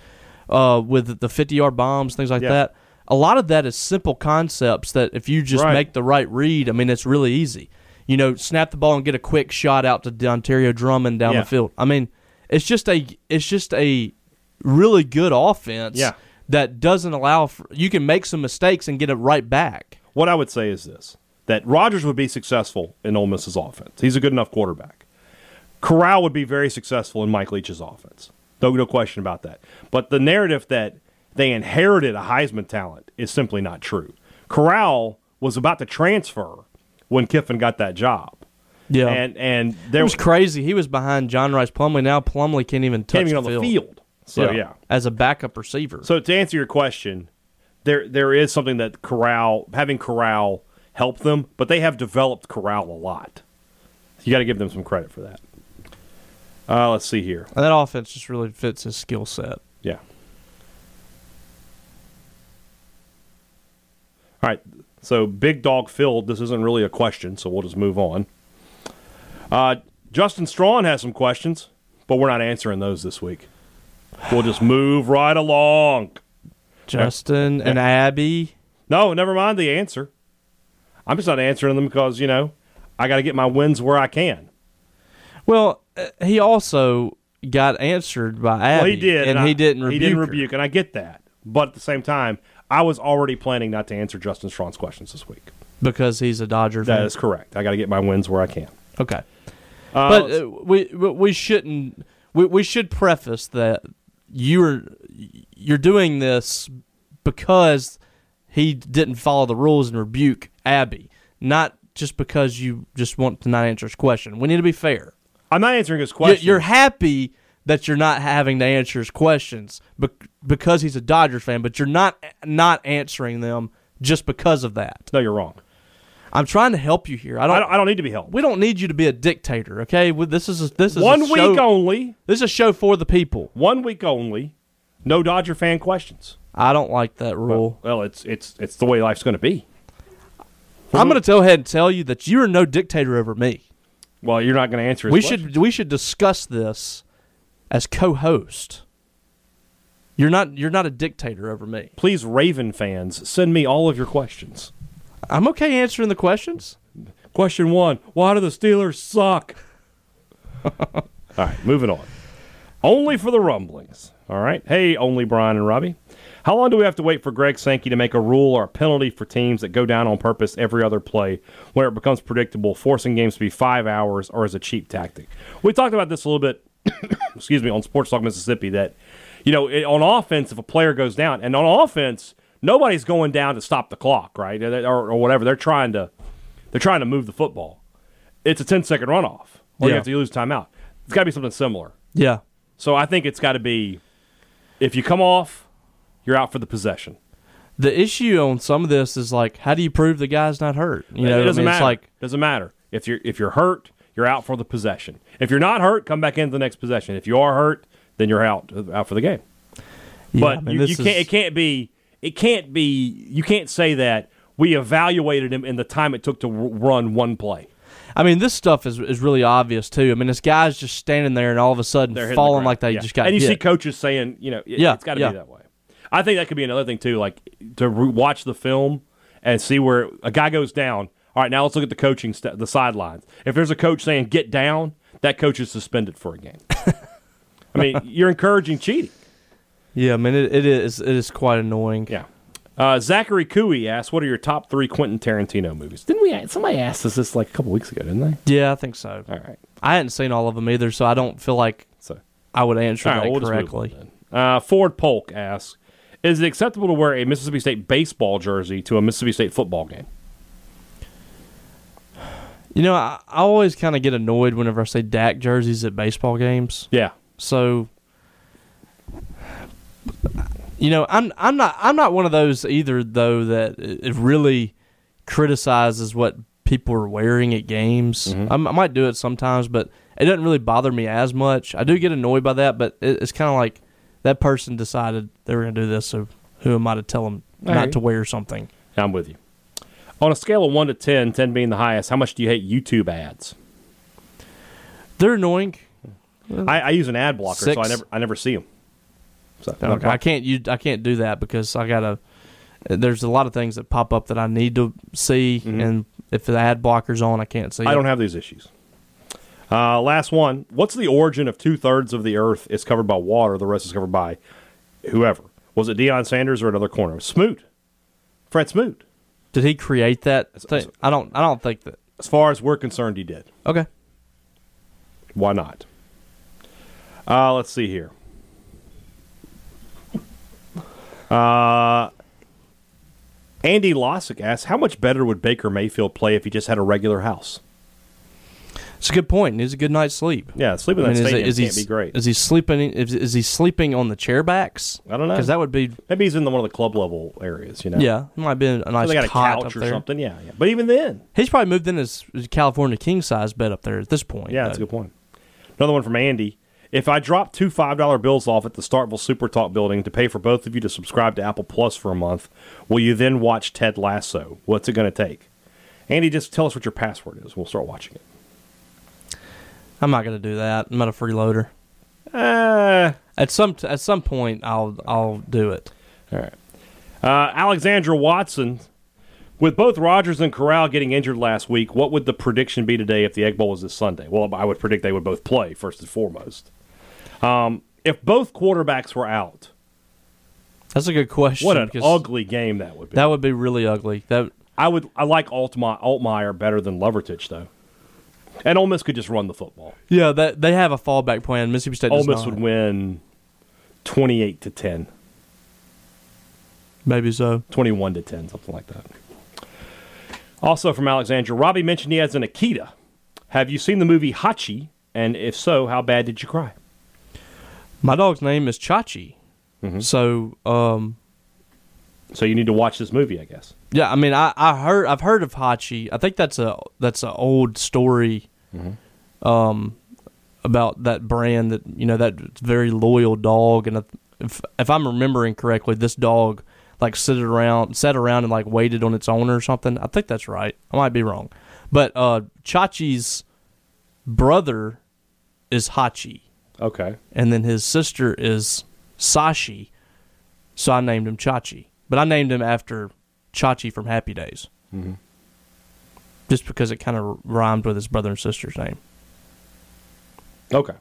uh, with the fifty yard bombs, things like Mm-hmm. Yeah. that. A lot of that is simple concepts that if you just Right. make the right read, I mean, it's really easy. You know, snap the ball and get a quick shot out to Ontario Drummond down Yeah. the field. I mean, it's just a it's just a really good offense Yeah. that doesn't allow for, you can make some mistakes and get it right back. What I would say is this that Rogers would be successful in Ole Miss's offense. He's a good enough quarterback. Corral would be very successful in Mike Leach's offense. No, no question about that. But the narrative that they inherited a Heisman talent is simply not true. Corral was about to transfer when Kiffin got that job. Yeah. And and It there was crazy. He was behind John Rice Plumley. Now Plumley can't even touch came on the field. So yeah. as a backup receiver. So to answer your question, there there is something that Corral having Corral help them, but they have developed Corral a lot. You got to give them some credit for that. Uh, let's see here. and that offense just really fits his skill set. Yeah. All right. So big dog filled. This isn't really a question, so we'll just move on. Uh, Justin Strawn has some questions, but we're not answering those this week. We'll just move right along. Justin and Abby. No, never mind the answer. I'm just not answering them because, you know, I got to get my wins where I can. Well, uh, he also got answered by Abby. Well, he did. and, I- he didn't rebuke. He didn't her. rebuke, and I get that. But at the same time, I was already planning not to answer Justin Strawn's questions this week. because he's a Dodger. That fan. is correct. I got to get my wins where I can. okay. Uh, but let's- uh, we we- we shouldn't. We we should preface that you're you're doing this because he didn't follow the rules and rebuke Abby, not just because you just want to not answer his question. We need to be fair. I'm not answering his You- question. You're happy that you're not having to answer his questions bec- because he's a Dodgers fan, but you're not not answering them just because of that. no, you're wrong. I'm trying to help you here. I don't. I don't, I don't need to be helped. we don't need you to be a dictator, okay? We- This is a, this is a One show- week only. this is a show for the people. One week only. No Dodger fan questions. I don't like that rule. Well, it's it's it's the way life's going to be. I'm going to go ahead and tell you that you are no dictator over me. Well, you're not going to answer. His We question. should we should discuss this as co-host. You're not you're not a dictator over me. Please, Raven fans, send me all of your questions. I'm okay answering the questions. Question one Why do the Steelers suck? all right, moving on. Only for the rumblings. All right. Hey, only Brian and Robbie. How long do we have to wait for Greg Sankey to make a rule or a penalty for teams that go down on purpose every other play where it becomes predictable, forcing games to be five hours or as a cheap tactic? We talked about this a little bit, excuse me, on Sports Talk Mississippi that, you know, it, on offense, if a player goes down, and on offense, nobody's going down to stop the clock, right? Or, or whatever. They're trying to they're trying to move the football. It's a 10 second runoff. Or you Yeah. have to lose timeout. It's got to be something similar. Yeah. So I think it's got to be if you come off, you're out for the possession. The issue on some of this is like, how do you prove the guy's not hurt? You know, it doesn't I mean, matter. it's like doesn't matter if you're if you're hurt, you're out for the possession. If you're not hurt, come back into the next possession. If you are hurt, then you're out uh, out for the game. yeah, but I mean, you, this you can't. is- It can't be. It can't be. You can't say that we evaluated him in the time it took to r- run one play. I mean, this stuff is is really obvious too. I mean, this guy's just standing there and all of a sudden They're hitting the falling ground. like they Yeah. just got And you see hit. coaches saying, you know, it, Yeah, it's got to yeah. be that way. I think that could be another thing too, like to re- watch the film and see where a guy goes down. All right, now let's look at the coaching, st- the sidelines. If there's a coach saying get down, that coach is suspended for a game. I mean, you're encouraging cheating. yeah, I mean, it, it is it is quite annoying. Yeah. Uh, Zachary Cooey asked, "What are your top three Quentin Tarantino movies?" Didn't we? Somebody asked us this like a couple weeks ago, didn't they? Yeah, I think so. All right. I hadn't seen all of them either, so I don't feel like So I would answer All right, that we'll just move correctly. on then. Uh, Ford Polk asks, "Is it acceptable to wear a Mississippi State baseball jersey to a Mississippi State football game?" You know, I, I always kind of get annoyed whenever I say Dak jerseys at baseball games. Yeah, So you know, I'm I'm not I'm not one of those either though that it it really criticizes what people are wearing at games. I'm- I might do it sometimes, but it doesn't really bother me as much. I do get annoyed by that, but it, it's kind of like that person decided they were going to do this, so who am I to tell them I hear not you. to wear something? I'm with you. On a scale of one to 10, 10 being the highest, how much do you hate YouTube ads? They're annoying. I, I use an ad blocker, so I Mm. Six. never I never see them. So Okay. I can't you I can't do that because I gotta. There's a lot of things that pop up that I need to see, and if the ad blocker's on, I can't see. Mm-hmm. I it. don't have these issues. Uh, last one. What's the origin of two thirds of the Earth is covered by water? The rest is covered by whoever. Was it Deion Sanders or another corner? Smoot, Fred Smoot. Did he create that? Thing? I don't. I don't think that. As far as we're concerned, he did. Okay. Why not? Uh, let's see here. Uh, Andy Lossick asks, how much better would Baker Mayfield play if he just had a regular house? It's a good point. Needs a good night's sleep. Yeah, sleeping I in mean, that stadium is, he, can't be great. Is he sleeping? Is, is he sleeping on the chair backs? I don't know. Because that would be. Maybe he's in the, one of the club level areas, you know? Yeah, it might be a Or nice they got a cot up couch or there. something. Yeah, yeah. But even then, He's probably moved in his, his California king size bed up there at this point. yeah, that's a though. good point. Another one from Andy. If I drop two $5 bills off at the Startville Super Talk building to pay for both of you to subscribe to Apple Plus for a month, will you then watch Ted Lasso? What's it going to take? Andy, just tell us what your password is. We'll start watching it. I'm not gonna do that. I'm not a freeloader. Uh, At some t- at some point, I'll I'll do it. all right. Uh, Alexandra Watson. With both Rogers and Corral getting injured last week, what would the prediction be today if the Egg Bowl was this Sunday? Well, I would predict they would both play first and foremost. Um, if both quarterbacks were out, That's a good question. what an because ugly game that would be. That would be really ugly. That I would. I like Altma, Altmaier better than Levertich though, and Ole Miss could just run the football. yeah, that they have a fallback plan. Mississippi State Ole does Miss not. would win twenty-eight to 10, Maybe so. 21 to ten, something like that. Also from Alexandria, Robbie mentioned he has an Akita. Have you seen the movie Hachi? And if so, how bad did you cry? My dog's name is Chachi. Mm-hmm. So, um, So you need to watch this movie, I guess. yeah, I mean, I, I heard I've heard of Hachi. I think that's a that's an old story, um, about that brand that you know that very loyal dog. And if if I'm remembering correctly, this dog like sit around sat around and like waited on its owner or something. I think that's right. I might be wrong, but uh, Chachi's brother is Hachi. Okay. and then his sister is Sashi, so I named him Chachi. But I named him after Chachi from Happy Days, mm-hmm. just because it kind of rhymed with his brother and sister's name. Okay.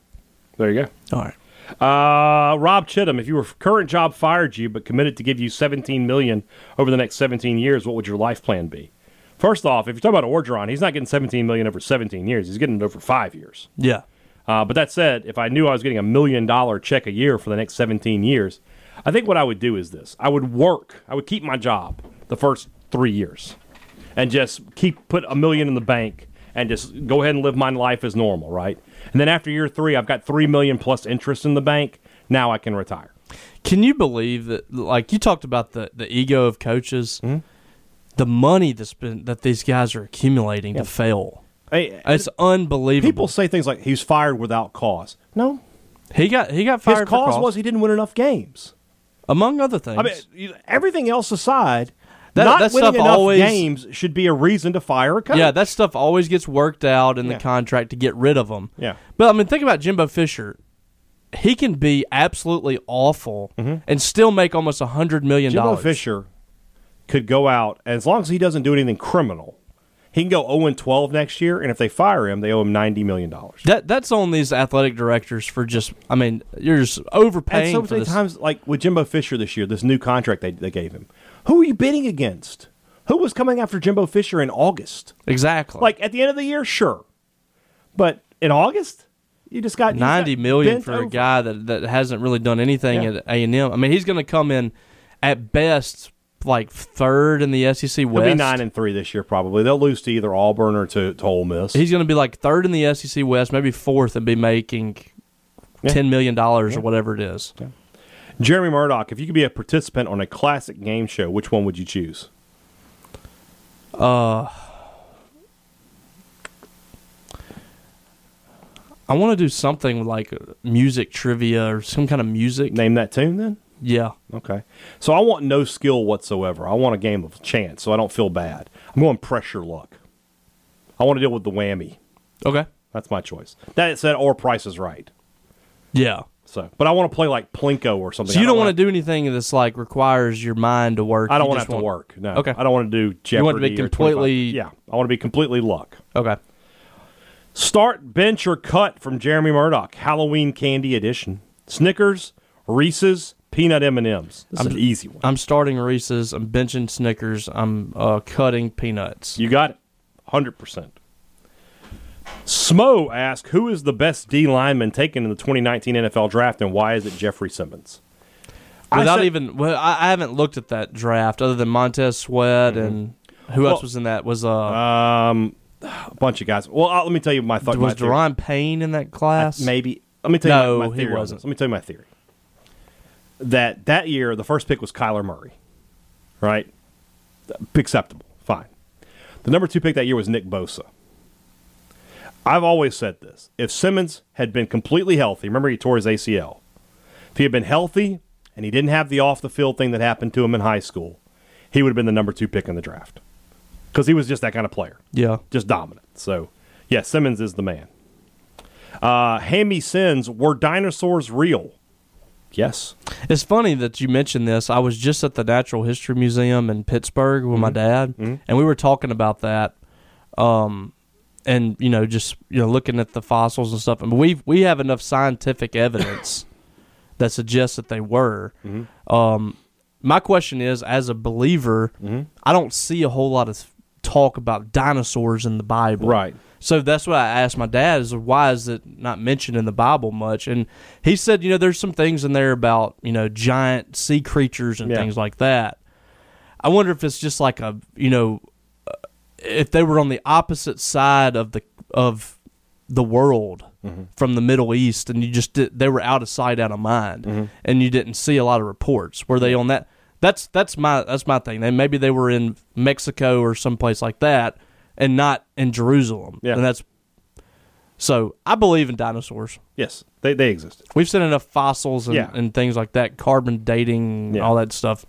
There you go. All right, Uh, Rob Chittum, if your current job fired you but committed to give you 17 million over the next 17 years, what would your life plan be? First off, if you're talking about Orgeron, he's not getting 17 million over 17 years. He's getting it over five years. yeah, Uh, but that said, if I knew I was getting a million dollar check a year for the next 17 years, I think what I would do is this I would work, I would keep my job the first three years and just keep put a million in the bank and just go ahead and live my life as normal, right? And then after year three, I've got three million plus interest in the bank. Now I can retire. Can you believe that? Like you talked about the the ego of coaches, the money that's been that these guys are accumulating to fail. Hey, It's people unbelievable. say things like he's fired without cause. No, he got he got fired. his for cause cross- was he didn't win enough games. among other things. I mean, you- everything else aside, That- not that winning stuff enough always- games should be a reason to fire a coach. yeah, that stuff always gets worked out in Yeah. the contract to get rid of them. Yeah. but I mean, think about Jimbo Fisher. He can be absolutely awful and still make almost a hundred million Mm-hmm. Jimbo dollars. Fisher could go out as long as he doesn't do anything criminal. He can go 0 12 next year, and if they fire him, they owe him ninety million dollars. That that's on these athletic directors for just. I mean, you're just overpaying And so for many this. times, like with Jimbo Fisher this year, this new contract they, they gave him. Who are you bidding against? Who was coming after Jimbo Fisher in August? exactly. Like at the end of the year, sure, but in August, you just got you just got Ninety million bent for over. a guy that, that hasn't really done anything Yeah. at A and M. I mean, he's going to come in at best like third in the SEC West. He'll be nine and three this year probably. They'll lose to either Auburn or to, to Ole Miss. he's going to be like third in the SEC West, maybe fourth, and be making Yeah. ten million dollars or whatever it is. Jeremy Murdoch, if you could be a participant on a classic game show, which one would you choose? I want to do something like music trivia or some kind of music. Name that tune then. Yeah, Okay. So I want no skill whatsoever. I want a game of chance, so I don't feel bad. I'm going pressure luck. I want to deal with the whammy. okay, That's my choice. That said, or Price is Right. yeah. So, but I want to play like Plinko or something. So I you don't want wanna- to do anything that's like requires your mind to work. I don't You want to just have to work. No. Okay. I don't want to do Jeopardy. want to be or 25 completely- Yeah. I want to be completely luck. Okay. Start, bench, or cut from Jeremy Murdoch. Halloween candy edition. Snickers, Reese's, peanut M and M's. This is an easy one. I'm starting Reese's. I'm benching Snickers. I'm uh, cutting peanuts. You got it. 100%. Smo asks, who is the best D lineman taken in the 2019 NFL draft and why is it Jeffrey Simmons? I Without said- even, well, I, I haven't looked at that draft other than Montez Sweat and who Mm-hmm. Well- else was in that? Was uh, A bunch of guys. Well, i let me tell you my thought. my was theory. Deron Payne in that class? Maybe. Let me tell you No, my, my he theory. on wasn't. this. Let me tell you my theory. That that year, the first pick was Kyler Murray, right? Acceptable. Fine. The number two pick that year was Nick Bosa. I've always said this. If Simmons had been completely healthy, remember he tore his ACL. If he had been healthy and he didn't have the off the field thing that happened to him in high school, he would have been the number two pick in the draft. Because he was just that kind of player Yeah. just dominant. So, yeah, Simmons is the man. Uh, Hammy sins were dinosaurs real? Yes. It's funny that you mentioned this. I was just at the Natural History Museum in Pittsburgh with my dad, and we were talking about that. Um, and you know, just you know, looking at the fossils and stuff. And we we have enough scientific evidence that suggests that they were. Um, my question is, as a believer, I don't see a whole lot of talk about dinosaurs in the Bible, Right. so that's what I asked my dad is why is it not mentioned in the Bible much? And he said, you know, there's some things in there about, you know, giant sea creatures and Yeah. things like that. I wonder if it's just like a, you know, uh, if they were on the opposite side of the of the world Mm-hmm. from the Middle East and you just did, they were out of sight out of mind Mm-hmm. and you didn't see a lot of reports. Were they on that that's that's my that's my thing. They maybe they were in Mexico or someplace like that and not in Jerusalem. Yeah. And that's so I believe in dinosaurs. Yes. They, they existed. We've seen enough fossils and, Yeah. and things like that, carbon dating, Yeah. all that stuff.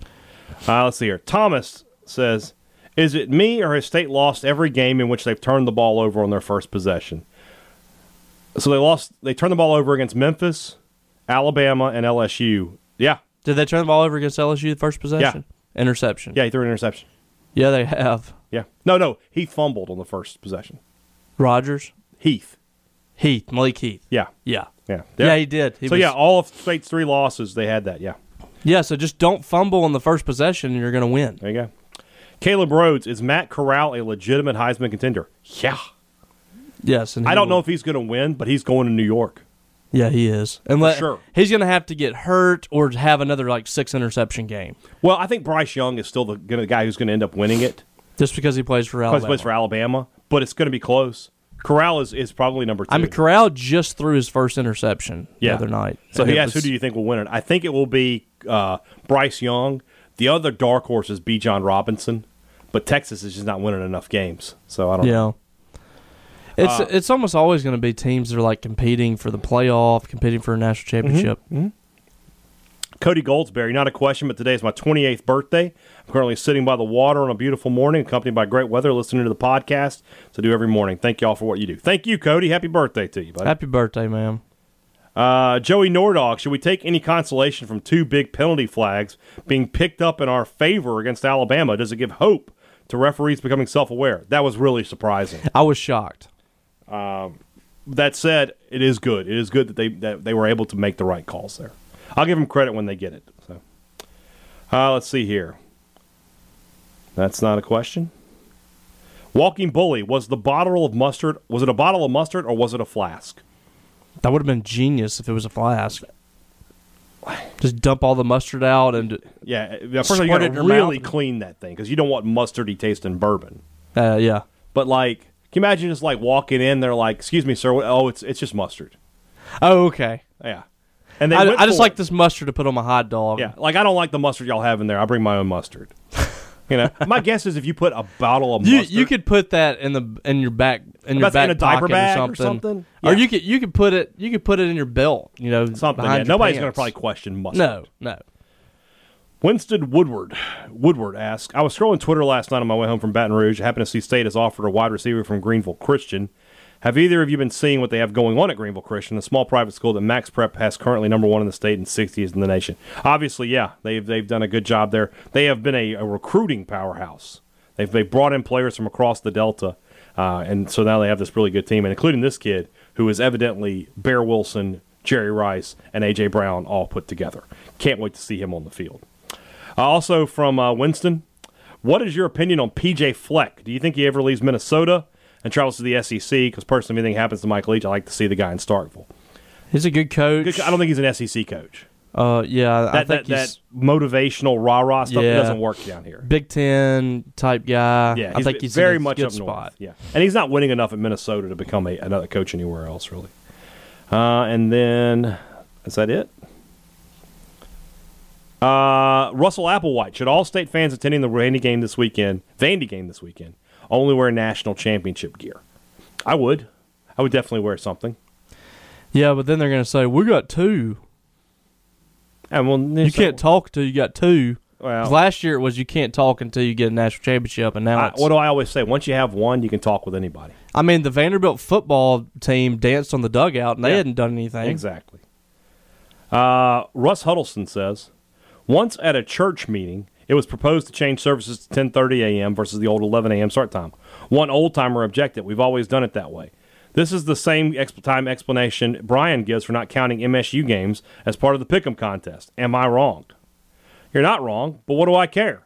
Uh, let's see here. Thomas says, "Is it me or has State lost every game in which they've turned the ball over on their first possession?" So they lost. They turned the ball over against Memphis, Alabama, and LSU. Yeah, Did they turn the ball over against LSU the first possession? Interception. yeah. He threw an interception. Yeah, they have. Yeah. No, no. He fumbled on the first possession. Rogers, Heath. Heath, Malik Heath. Yeah. Yeah. Yeah. Yeah, he did. He so was- yeah, all of State's three losses, they had that. Yeah, Yeah, so just don't fumble on the first possession and you're going to win. there you go. Caleb Rhodes is Matt Corral a legitimate Heisman contender? Yeah, Yes. And he I don't will. know if he's going to win, but he's going to New York. Yeah, he is. And sure. He's going to have to get hurt or have another like six interception game Well, I think Bryce Young is still the, gonna, the guy who's going to end up winning it just because he plays for because Alabama. he plays for Alabama, but it's going to be close. Corral is, is probably number two. I mean, Corral just threw his first interception the Yeah. other night. So And he it asked, was- "Who do you think will win it?" I think it will be uh, Bryce Young. The other dark horse is B. John Robinson, but Texas is just not winning enough games. So I don't. know. Yeah. Uh, It's it's almost always going to be teams that are like competing for the playoff, competing for a national Mm-hmm. championship. Cody Goldsberry, not a question, but today is my 28th birthday. I'm currently sitting by the water on a beautiful morning, accompanied by great weather, listening to the podcast. So I do every morning. Thank you all for what you do. Thank you, Cody. Happy birthday to you, buddy. Happy birthday, man! Uh, Joey Nordog, should we take any consolation from two big penalty flags being picked up in our favor against Alabama? Does it give hope to referees becoming self aware? That was really surprising. I was shocked. That said, it is good. It is good that they that they were able to make the right calls there. I'll give them credit when they get it. So, uh, let's see here. That's not a question. Walking bully was the bottle of mustard. Was it a bottle of mustard or was it a flask? That would have been genius if it was a flask. Just dump all the mustard out and Yeah, first of all, you Squirt it gotta in your really mouth. clean that thing because you don't want mustardy taste in bourbon. uh, yeah. But like, can you imagine just like walking in? They're like, "Excuse me, sir. what- Oh, it's it's just mustard." Oh, okay. Yeah, and they I, went I just for like it. this mustard to put on my hot dog. Yeah, like I don't like the mustard y'all have in there. I bring my own mustard. You know, my guess is if you put a bottle of You mustard, you could put that in the in your back in your That's back in a diaper pocket bag or or something. something? Or Yeah. you could you could put it you could put it in your belt. You know something. behind Yeah, your nobody's pants. gonna probably question mustard. No, no. Winston Woodward. Woodward asks, I was scrolling Twitter last night on my way home from Baton Rouge. I happened to see State has offered a wide receiver from Greenville Christian. Have either of you been seeing what they have going on at Greenville Christian, a small private school that Max Prep has currently number one in the state and 60th in the nation? Obviously, yeah, they've they've done a good job there. They have been a, a recruiting powerhouse. They've they brought in players from across the Delta, uh, and so now they have this really good team, and including this kid who is evidently Bear Wilson, Jerry Rice, and AJ Brown all put together. Can't wait to see him on the field. Uh, also from uh, Winston, what is your opinion on PJ Fleck? Do you think he ever leaves Minnesota and travels to the SEC? Because personally, if anything happens to Mike Leach, I like to see the guy in Starkville. He's a good coach. Good- I don't think he's an SEC coach. Uh, yeah, I That, that, think he's that motivational rah rah stuff Yeah. doesn't work down here. Big Ten type guy. Yeah, I he's think he's very in a much good up spot. north. Yeah, and he's not winning enough at Minnesota to become a, another coach anywhere else, really. Uh, and then is that it? Uh, Russell Applewhite should all state fans attending the Vandy game this weekend, Vandy game this weekend, only wear national championship gear. I would, I would definitely wear something. Yeah, but then they're gonna say we got two. And well, You can't talk till you got two. 'Cause Well- last year it was you can't talk until you get a national championship, and now I, it's, what do I always say? Once you have one, you can talk with anybody. I mean the Vanderbilt football team danced on the dugout and they Yeah. hadn't done anything. Exactly. Uh, Russ Huddleston says, once at a church meeting, it was proposed to change services to 10:30 a.m. versus the old 11 a.m. start time. One old timer objected, "We've always done it that way." This is the same exp- time explanation Brian gives for not counting MSU games as part of the pick'em contest. Am I wrong? You're not wrong, but what do I care?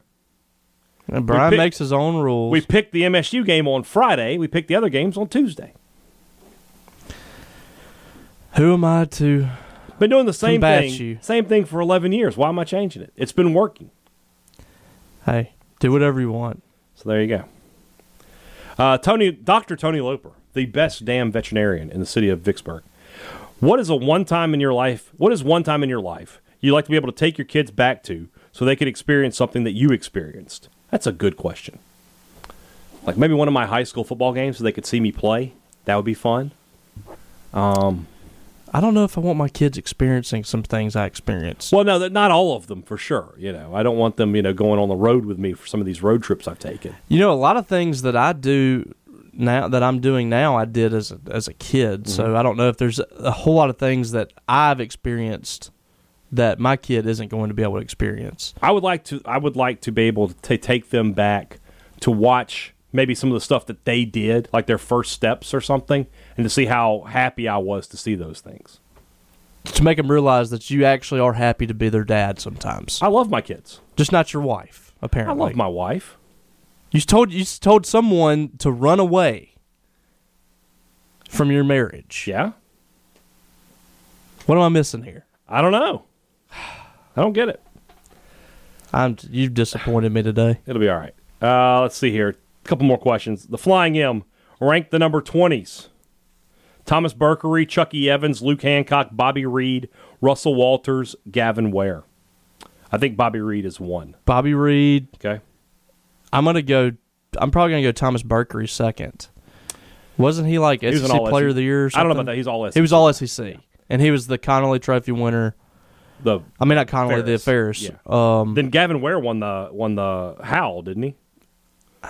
And Brian picked- makes his own rules. We picked the MSU game on Friday. We picked the other games on Tuesday. Who am I to? Been doing the same Combat thing, you. same thing for 11 years. Why am I changing it? It's been working. Hey, do whatever you want. So there you go. Uh, Tony, Doctor Tony Loper, the best damn veterinarian in the city of Vicksburg. What is a one time in your life? What is one time in your life you like to be able to take your kids back to so they could experience something that you experienced? That's a good question. Like maybe one of my high school football games so they could see me play. That would be fun. I don't know if I want my kids experiencing some things I experienced. Well, no, that- not all of them for sure. You know, I don't want them, you know, going on the road with me for some of these road trips I've taken. You know, a lot of things that I do now that I'm doing now, I did as a, as a kid. Mm-hmm. So I don't know if there's a whole lot of things that I've experienced that my kid isn't going to be able to experience. I would like to. I would like to be able to take them back to watch maybe some of the stuff that they did, like their first steps or something, and to see how happy I was to see those things. To make them realize that you actually are happy to be their dad sometimes, I love my kids. just not your wife. I Apparently, love my wife. you told you told someone to run away from your marriage. Yeah. What am I missing here? I don't know. I don't get it. I'm you've disappointed me today. It'll be all right. Uh, let's see here. A couple more questions. The Flying M Rank the number 20s. Thomas Berkery, Chucky Evans, Luke Hancock, Bobby Reed, Russell Walters, Gavin Ware. I think Bobby Reed is one. Bobby Reed. Okay. I'm gonna go. I'm probably gonna go Thomas Berkery second. Wasn't he like was an SEC all Player SEC. of the Year? Or I don't know something? about that. He's all SEC. He was all SEC, and he was the Connolly Trophy winner. The I mean, not Connolly, the Ferris. Ferris. Um, then Gavin Ware won the won the Howl, didn't he?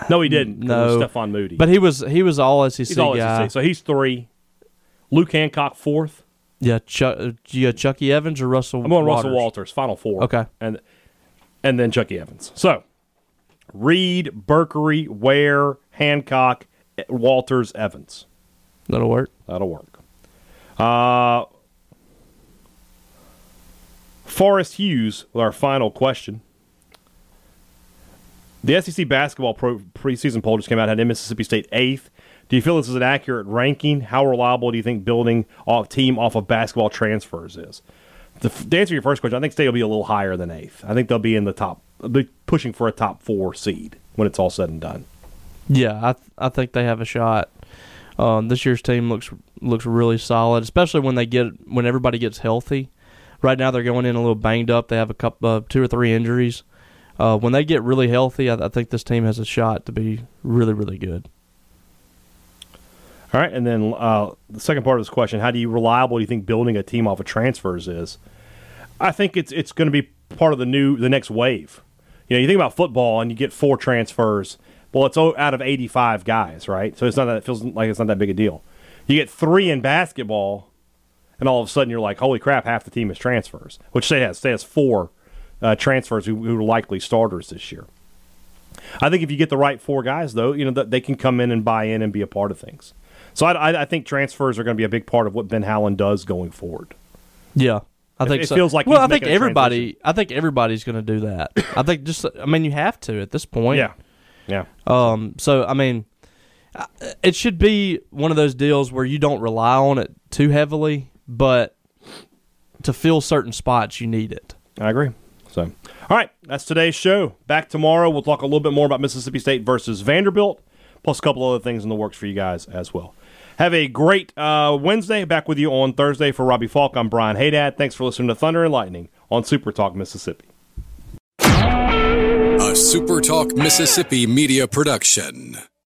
No, he didn't. 'cause it was no, Stephon Moody. but he was he was all SEC he's all E guy. SEC, so he's three. Luke Hancock fourth. Yeah, Chuck, yeah, Chucky Evans or Russell. I'm going Waters? Russell Walters, Final Four. Okay. and and then Chucky Evans. So Reed, Berkery, Ware, Hancock, E- Walters, Evans. That'll work. That'll work. Uh, Forrest Hughes with our final question. The SEC basketball pro- preseason poll just came out, had Mississippi State eighth. Do you feel this is an accurate ranking? How reliable do you think building a team off of basketball transfers is? To, f- to answer your first question, I think State will be a little higher than eighth. I think they'll be in the top, be pushing for a top four seed when it's all said and done. Yeah, I th- I think they have a shot. Um, this year's team looks looks really solid, especially when they get when everybody gets healthy. Right now, they're going in a little banged up. They have a couple, uh, two or three injuries. Uh, when they get really healthy, I, I think this team has a shot to be really, really good. All right, and then uh, the second part of this question: How do you reliable do you think building a team off of transfers is? I think it's it's going to be part of the new the next wave. You know, you think about football and you get four transfers. Well, it's o- out of eighty five guys, right? So it's not that it feels like it's not that big a deal. You get three in basketball, and all of a sudden you're like, holy crap, half the team is transfers. Which state has state has four uh, transfers who, who are likely starters this year. I think if you get the right four guys, though, you know that they can come in and buy in and be a part of things. So I, I- I think transfers are going to be a big part of what Ben Howland does going forward. Yeah, I think it so. feels like well, he's I think making a everybody, I think everybody's going to do that. I think just, I mean, you have to at this point. Yeah, yeah. Um, so I mean, I- it should be one of those deals where you don't rely on it too heavily, but to fill certain spots, you need it. I agree. So, all right, that's today's show. Back tomorrow, we'll talk a little bit more about Mississippi State versus Vanderbilt, plus a couple other things in the works for you guys as well. Have a great uh, Wednesday. Back with you on Thursday for Robbie Falk. I'm Brian Haydad. Thanks for listening to Thunder and Lightning on Super Talk Mississippi. A SuperTalk Mississippi media production.